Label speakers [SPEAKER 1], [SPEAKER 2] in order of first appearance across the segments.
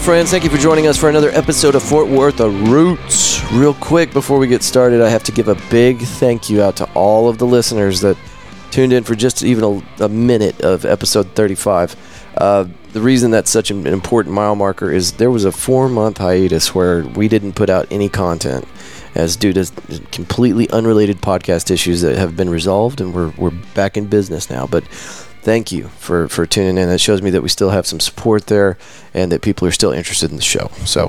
[SPEAKER 1] friends. Thank you for joining us for another episode of Fort Worth A Roots. Real quick, before we get started, I have to give a big thank you out to all of the listeners that tuned in for just even a, a minute of episode 35. Uh, the reason that's such an important mile marker is there was a four month hiatus where we didn't put out any content as due to completely unrelated podcast issues that have been resolved and we're, we're back in business now. But thank you for, for tuning in. It shows me that we still have some support there and that people are still interested in the show. So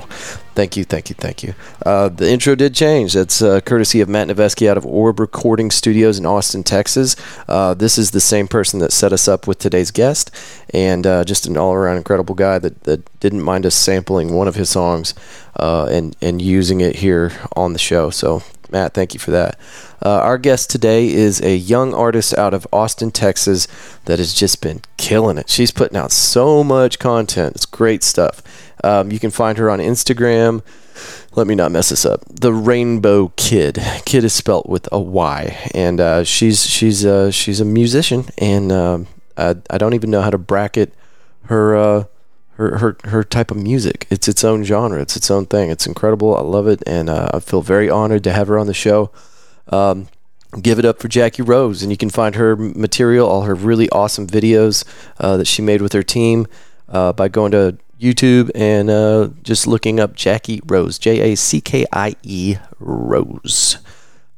[SPEAKER 1] thank you, thank you, thank you. Uh, the intro did change. That's uh, courtesy of Matt Nevesky out of Orb Recording Studios in Austin, Texas. Uh, this is the same person that set us up with today's guest and uh, just an all around incredible guy that, that didn't mind us sampling one of his songs uh, and, and using it here on the show. So Matt, thank you for that. Uh, our guest today is a young artist out of Austin, Texas, that has just been killing it. She's putting out so much content. It's great stuff. Um, you can find her on Instagram. Let me not mess this up. The Rainbow Kid. Kid is spelt with a Y, and uh, she's she's uh, she's a musician, and um I, I don't even know how to bracket her. Uh, her, her, her type of music. It's its own genre. It's its own thing. It's incredible. I love it, and uh, I feel very honored to have her on the show. Um, give it up for Jackie Rose, and you can find her material, all her really awesome videos uh, that she made with her team, uh, by going to YouTube and uh, just looking up Jackie Rose, J A C K I E Rose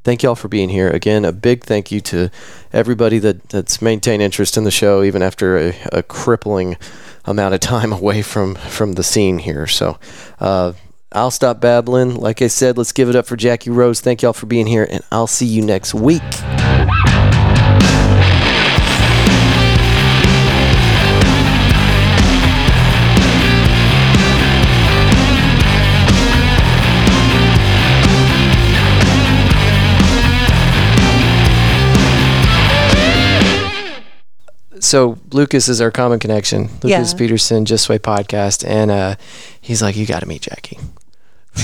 [SPEAKER 1] thank y'all for being here again a big thank you to everybody that that's maintained interest in the show even after a, a crippling amount of time away from from the scene here so uh I'll stop babbling. Like I said, let's give it up for Jackie Rose. Thank y'all for being here, and I'll see you next week. so Lucas is our common connection. Lucas
[SPEAKER 2] Yeah.
[SPEAKER 1] Peterson, Just Way podcast, and uh, he's like, "You got to meet Jackie."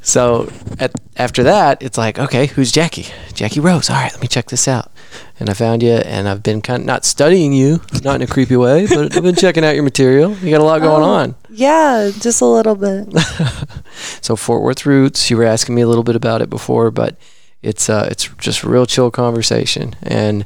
[SPEAKER 1] so at, after that, it's like, okay, who's Jackie? Jackie Rose. All right, let me check this out. And I found you, and I've been kind of not studying you, not in a creepy way, but I've been checking out your material. You got a lot going on.
[SPEAKER 2] Oh, Yeah, just a little bit.
[SPEAKER 1] So Fort Worth roots. You were asking me a little bit about it before, but it's uh, it's just real chill conversation. And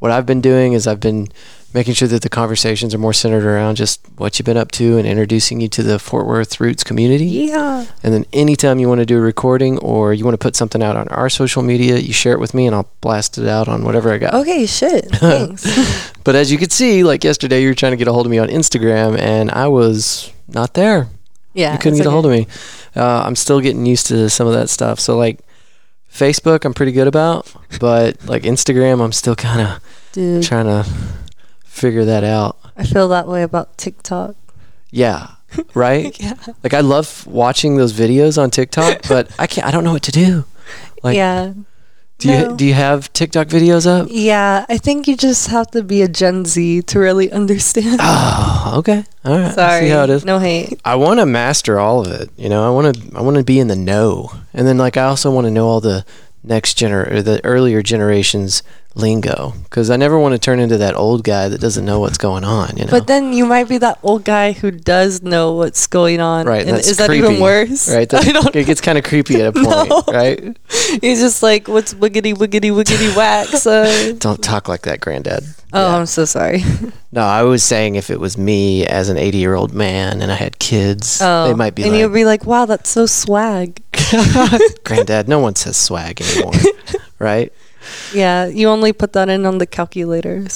[SPEAKER 1] what I've been doing is I've been making sure that the conversations are more centered around just what you've been up to and introducing you to the Fort Worth roots community.
[SPEAKER 2] Yeah.
[SPEAKER 1] And then anytime you want to do a recording or you want to put something out on our social media, you share it with me and I'll blast it out on whatever I got.
[SPEAKER 2] Okay, shit. Thanks.
[SPEAKER 1] But as you could see, like yesterday, you were trying to get a hold of me on Instagram and I was not there.
[SPEAKER 2] yeah.
[SPEAKER 1] You couldn't get a hold of me. Uh, I'm still getting used to some of that stuff. So like Facebook, I'm pretty good about, but like Instagram, I'm still kind of
[SPEAKER 2] Dude,
[SPEAKER 1] trying to figure that out.
[SPEAKER 2] I feel that way about TikTok.
[SPEAKER 1] Yeah. Right?
[SPEAKER 2] Yeah.
[SPEAKER 1] Like I love watching those videos on TikTok, but I can't. I don't know what to do. Like,
[SPEAKER 2] yeah.
[SPEAKER 1] Do you
[SPEAKER 2] No.
[SPEAKER 1] do you have TikTok videos up?
[SPEAKER 2] Yeah, I think you just have to be a Gen Z to really understand.
[SPEAKER 1] Oh, okay. All right. I
[SPEAKER 2] Sorry.
[SPEAKER 1] See how it is.
[SPEAKER 2] No hate.
[SPEAKER 1] I want to master all of it. You know, I want to I want to be in the know, and then like I also want to know all the next gener or the earlier generations lingo because I never want to turn into that old guy that doesn't know what's going on. You know,
[SPEAKER 2] But then you might be that old guy who does know what's going on.
[SPEAKER 1] right?
[SPEAKER 2] And
[SPEAKER 1] that's
[SPEAKER 2] is that
[SPEAKER 1] creepy,
[SPEAKER 2] even worse?
[SPEAKER 1] Right? That's,
[SPEAKER 2] I don't
[SPEAKER 1] it gets kind of creepy at a point,
[SPEAKER 2] No.
[SPEAKER 1] right?
[SPEAKER 2] He's just like, what's wiggity, wiggity, wiggity, wax? Uh,
[SPEAKER 1] Don't talk like that, granddad.
[SPEAKER 2] oh, I'm so sorry.
[SPEAKER 1] No, I was saying if it was me as an 80 year old man and I had kids,
[SPEAKER 2] Oh.
[SPEAKER 1] they might be
[SPEAKER 2] and
[SPEAKER 1] like,
[SPEAKER 2] you'll be like, wow, that's so swag.
[SPEAKER 1] granddad, no one says swag anymore, right?
[SPEAKER 2] Yeah, you only put that in on the calculators.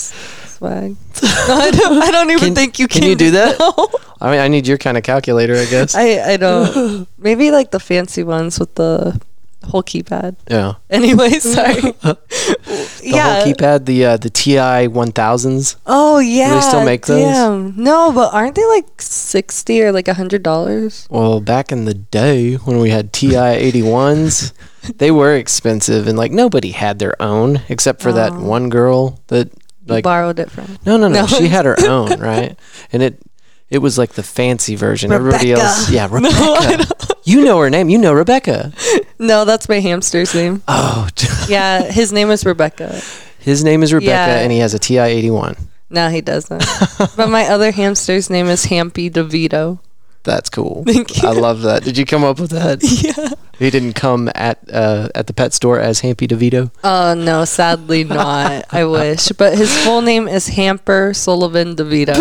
[SPEAKER 2] Swag. No, I, don't, I don't even
[SPEAKER 1] Can-
[SPEAKER 2] think you
[SPEAKER 1] can
[SPEAKER 2] can.
[SPEAKER 1] you do that?
[SPEAKER 2] No.
[SPEAKER 1] I mean, I need your kind of calculator, I guess.
[SPEAKER 2] I, I don't. Maybe like the fancy ones with the whole keypad.
[SPEAKER 1] yeah.
[SPEAKER 2] Anyway, sorry.
[SPEAKER 1] The
[SPEAKER 2] yeah.
[SPEAKER 1] whole keypad, the uh, the TI 1000s.
[SPEAKER 2] Oh yeah.
[SPEAKER 1] still make those?
[SPEAKER 2] Damn. No, but aren't they like sixty or like a hundred dollars?
[SPEAKER 1] Well, back in the day when we had TI 81s, they were expensive and like nobody had their own except for that
[SPEAKER 2] Oh.
[SPEAKER 1] one girl that
[SPEAKER 2] You
[SPEAKER 1] like
[SPEAKER 2] borrowed it from.
[SPEAKER 1] no, no, no,
[SPEAKER 2] No.
[SPEAKER 1] she had her own, right? And it it was like the fancy version. Everybody
[SPEAKER 2] Rebecca.
[SPEAKER 1] else, yeah, Rebecca. you know her name. You know Rebecca.
[SPEAKER 2] No, that's my hamster's name.
[SPEAKER 1] Oh,
[SPEAKER 2] Yeah, his name is Rebecca.
[SPEAKER 1] his name is Rebecca,
[SPEAKER 2] Yeah.
[SPEAKER 1] and he has a TI 81.
[SPEAKER 2] No, he doesn't. but my other hamster's name is Hampy DeVito.
[SPEAKER 1] That's cool.
[SPEAKER 2] Thank you.
[SPEAKER 1] I love that. Did you come up with that?
[SPEAKER 2] yeah.
[SPEAKER 1] He didn't come at uh, at the pet store as Hampy DeVito.
[SPEAKER 2] Oh no, sadly not. I wish, but his full name is Hamper Sullivan DeVito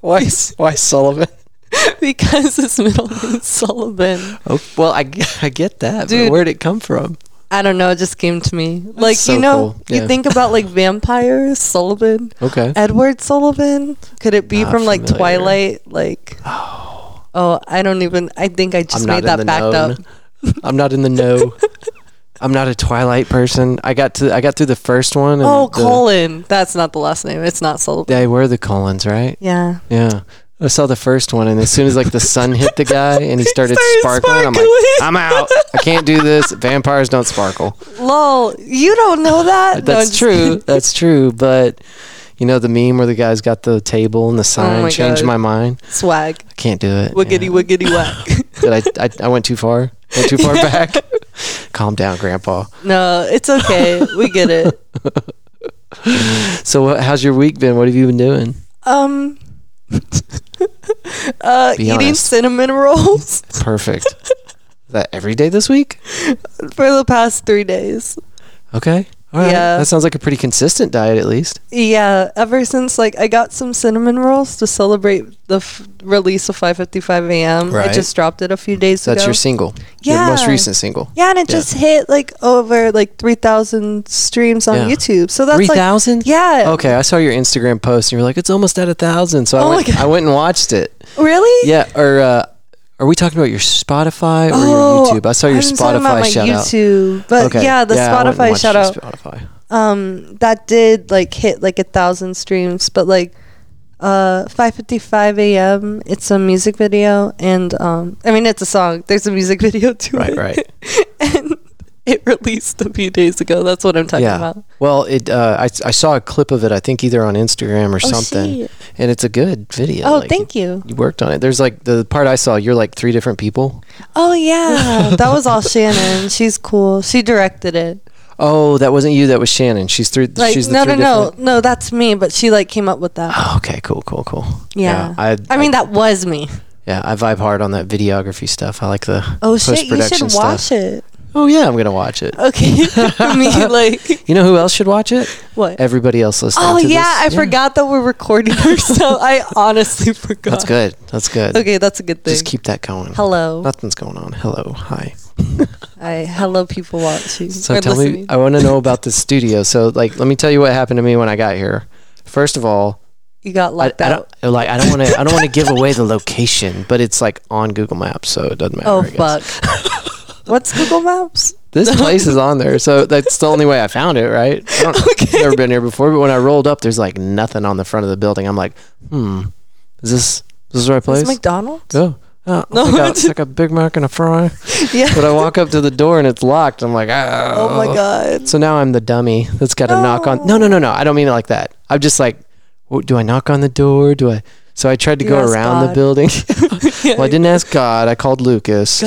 [SPEAKER 1] Why? Why Sullivan?
[SPEAKER 2] because his middle name is Sullivan.
[SPEAKER 1] Oh, well, I, g- I get that.
[SPEAKER 2] Dude.
[SPEAKER 1] But where'd it come from?
[SPEAKER 2] I don't know. It just came to me. Like
[SPEAKER 1] so
[SPEAKER 2] you know,
[SPEAKER 1] cool. Yeah.
[SPEAKER 2] you think about like vampires, Sullivan,
[SPEAKER 1] Okay.
[SPEAKER 2] Edward Sullivan. Could it be
[SPEAKER 1] Not
[SPEAKER 2] from like
[SPEAKER 1] familiar.
[SPEAKER 2] Twilight? Like oh. I don't even. I think I just made that backed up.
[SPEAKER 1] known. I'm not in the know. I'm not a Twilight person. I got to I got through the first one. And
[SPEAKER 2] Oh,
[SPEAKER 1] the,
[SPEAKER 2] Colin. That's not the last name. It's not Sullivan.
[SPEAKER 1] They were the Collins, right?
[SPEAKER 2] Yeah.
[SPEAKER 1] Yeah. I saw the first one, and as soon as like the sun hit the guy and he started,
[SPEAKER 2] started
[SPEAKER 1] sparkling, I'm
[SPEAKER 2] sparkling.
[SPEAKER 1] like, I'm out. I can't do this. Vampires don't sparkle.
[SPEAKER 2] Lol. You don't know that. No, I'm
[SPEAKER 1] That's
[SPEAKER 2] just
[SPEAKER 1] true.
[SPEAKER 2] kidding.
[SPEAKER 1] That's true. But you know the meme where the guy's got the table and the sign
[SPEAKER 2] Oh my
[SPEAKER 1] changed
[SPEAKER 2] God.
[SPEAKER 1] my mind.
[SPEAKER 2] Swag.
[SPEAKER 1] I can't do it.
[SPEAKER 2] Wiggity wiggity whack.
[SPEAKER 1] Yeah. Did I, I? I went too far. Went too far back. Calm down, Grandpa.
[SPEAKER 2] no, it's okay. We get it.
[SPEAKER 1] So, what, how's your week been? What have you been doing?
[SPEAKER 2] Um. uh,
[SPEAKER 1] Be
[SPEAKER 2] eating
[SPEAKER 1] honest.
[SPEAKER 2] cinnamon rolls
[SPEAKER 1] Perfect. Is that every day this week?
[SPEAKER 2] for the past three days.
[SPEAKER 1] Okay. All right.
[SPEAKER 2] Yeah.
[SPEAKER 1] That sounds like a pretty consistent diet, at least.
[SPEAKER 2] Yeah, ever since like I got some cinnamon rolls to celebrate the f- release of 5:55 a.m.
[SPEAKER 1] Right.
[SPEAKER 2] I just dropped it a few days
[SPEAKER 1] So that's
[SPEAKER 2] ago.
[SPEAKER 1] your single. Your most
[SPEAKER 2] Yeah.
[SPEAKER 1] recent single.
[SPEAKER 2] yeah, and it
[SPEAKER 1] Yeah.
[SPEAKER 2] just hit like over like 3,000 streams on
[SPEAKER 1] Yeah.
[SPEAKER 2] YouTube. So that's like
[SPEAKER 1] 3,000?
[SPEAKER 2] yeah.
[SPEAKER 1] Okay. I saw your Instagram post and you were like, it's almost at a thousand. So
[SPEAKER 2] Oh
[SPEAKER 1] I,
[SPEAKER 2] my
[SPEAKER 1] went,
[SPEAKER 2] God.
[SPEAKER 1] I went and watched it.
[SPEAKER 2] Really?
[SPEAKER 1] Yeah. Or, uh, are we talking about your Spotify or your YouTube? I saw your
[SPEAKER 2] I'm Oh, talking about
[SPEAKER 1] Spotify
[SPEAKER 2] my
[SPEAKER 1] shout out.
[SPEAKER 2] YouTube, but
[SPEAKER 1] Okay.
[SPEAKER 2] yeah, the
[SPEAKER 1] I went and
[SPEAKER 2] Spotify
[SPEAKER 1] watched
[SPEAKER 2] shout
[SPEAKER 1] your
[SPEAKER 2] out.
[SPEAKER 1] Spotify.
[SPEAKER 2] um that did like hit like a thousand streams but like uh 5:55 a.m. it's a music video and um I mean it's a song there's a music video to
[SPEAKER 1] Right,
[SPEAKER 2] it
[SPEAKER 1] right.
[SPEAKER 2] and it released a few days ago that's what I'm talking
[SPEAKER 1] yeah.
[SPEAKER 2] about
[SPEAKER 1] Well, it. Uh, I, I saw a clip of it. I think either on Instagram or
[SPEAKER 2] Oh,
[SPEAKER 1] something.
[SPEAKER 2] shit.
[SPEAKER 1] And it's a good video.
[SPEAKER 2] oh
[SPEAKER 1] like,
[SPEAKER 2] thank you
[SPEAKER 1] You worked on it. There's like the part I saw. You're like three different people.
[SPEAKER 2] oh yeah that was all Shannon she's cool she directed it
[SPEAKER 1] Oh, that wasn't you. That was Shannon. She's three.
[SPEAKER 2] like
[SPEAKER 1] she's the
[SPEAKER 2] no no
[SPEAKER 1] three
[SPEAKER 2] no
[SPEAKER 1] different-
[SPEAKER 2] no that's me but she like came up with that
[SPEAKER 1] Oh, okay, cool, cool, cool.
[SPEAKER 2] yeah,
[SPEAKER 1] I,
[SPEAKER 2] I, mean that was me
[SPEAKER 1] yeah, I vibe hard on that videography stuff. I like the
[SPEAKER 2] oh shit you
[SPEAKER 1] post-production
[SPEAKER 2] should watch
[SPEAKER 1] stuff.
[SPEAKER 2] it
[SPEAKER 1] Oh yeah, I'm gonna watch it.
[SPEAKER 2] okay I mean like
[SPEAKER 1] You know who else should watch it?
[SPEAKER 2] what
[SPEAKER 1] Everybody else listening.
[SPEAKER 2] Oh
[SPEAKER 1] to
[SPEAKER 2] yeah, I
[SPEAKER 1] this.
[SPEAKER 2] forgot that we're recording ourselves. I honestly forgot.
[SPEAKER 1] That's good. That's good.
[SPEAKER 2] Okay, that's a good thing.
[SPEAKER 1] Just keep that going.
[SPEAKER 2] hello,
[SPEAKER 1] Nothing's going on. Hello, hi.
[SPEAKER 2] I hello people watching.
[SPEAKER 1] So
[SPEAKER 2] or
[SPEAKER 1] tell me,
[SPEAKER 2] listening.
[SPEAKER 1] I want to know about the studio. So like, let me tell you what happened to me when I got here. First of all,
[SPEAKER 2] you got
[SPEAKER 1] I,
[SPEAKER 2] locked
[SPEAKER 1] I
[SPEAKER 2] out.
[SPEAKER 1] don't like. I don't want to. I don't want to give away the location, but it's like on Google Maps, so it doesn't matter.
[SPEAKER 2] Oh
[SPEAKER 1] I guess.
[SPEAKER 2] fuck. What's Google Maps?
[SPEAKER 1] This place is on there, so that's the only way I found it. Right? I don't,
[SPEAKER 2] Okay.
[SPEAKER 1] Never been here before, but when I rolled up, there's like nothing on the front of the building. I'm like, hmm, is this is this the right place?
[SPEAKER 2] It's McDonald's.
[SPEAKER 1] oh, oh, no,
[SPEAKER 2] No,
[SPEAKER 1] it's like, a,
[SPEAKER 2] it's-
[SPEAKER 1] it's like a Big Mac and a fry.
[SPEAKER 2] Yeah.
[SPEAKER 1] But I walk up to the door and it's locked. I'm like, oh,
[SPEAKER 2] Oh my god.
[SPEAKER 1] So now I'm the dummy that's got to knock on. No, no, no, no. I don't mean it like that. I'm just like, w do I knock on the door? Do I? So I tried to
[SPEAKER 2] You
[SPEAKER 1] go
[SPEAKER 2] asked
[SPEAKER 1] around the
[SPEAKER 2] God.
[SPEAKER 1] building. well, I didn't ask God. I called Lucas.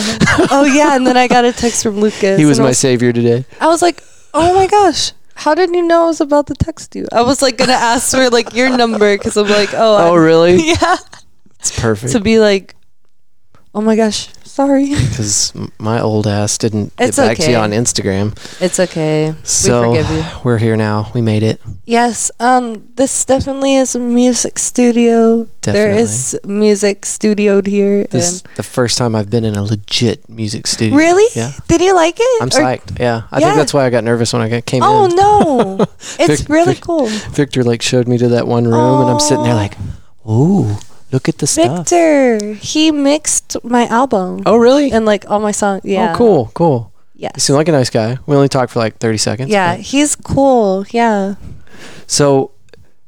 [SPEAKER 2] oh yeah, and then I got a text from Lucas.
[SPEAKER 1] He was
[SPEAKER 2] and I
[SPEAKER 1] my savior today.
[SPEAKER 2] I was like, oh my gosh. How did you know I was about to text you? I was like gonna ask for like your number because I'm like, oh,
[SPEAKER 1] Oh,
[SPEAKER 2] I'm-
[SPEAKER 1] really?
[SPEAKER 2] yeah,
[SPEAKER 1] It's perfect.
[SPEAKER 2] to be like, oh my gosh, sorry.
[SPEAKER 1] Because my old ass didn't get
[SPEAKER 2] It's
[SPEAKER 1] back to
[SPEAKER 2] okay.
[SPEAKER 1] you on Instagram.
[SPEAKER 2] It's okay.
[SPEAKER 1] So
[SPEAKER 2] we forgive you.
[SPEAKER 1] we're here now. We made it.
[SPEAKER 2] Yes, um this definitely is a music studio. There is music studioed here.
[SPEAKER 1] This is the first time I've been in a legit music
[SPEAKER 2] and
[SPEAKER 1] studio.
[SPEAKER 2] really?
[SPEAKER 1] Yeah.
[SPEAKER 2] Did you like it?
[SPEAKER 1] I'm
[SPEAKER 2] Or-
[SPEAKER 1] psyched. Yeah. I think
[SPEAKER 2] Yeah.
[SPEAKER 1] that's why I got nervous when I got- came
[SPEAKER 2] Oh
[SPEAKER 1] in.
[SPEAKER 2] no.
[SPEAKER 1] Vic-
[SPEAKER 2] it's really
[SPEAKER 1] Vic-
[SPEAKER 2] cool.
[SPEAKER 1] Victor like showed me to that one room, and I'm sitting there
[SPEAKER 2] Aw.
[SPEAKER 1] like, "Ooh, look at the stuff."
[SPEAKER 2] Victor, he mixed my album
[SPEAKER 1] Oh, really?
[SPEAKER 2] and like all my songs. Yeah.
[SPEAKER 1] Oh, cool, cool.
[SPEAKER 2] Yeah.
[SPEAKER 1] You seem like a nice guy. We only talked for like 30 seconds.
[SPEAKER 2] Yeah,
[SPEAKER 1] but-
[SPEAKER 2] he's cool. Yeah.
[SPEAKER 1] So,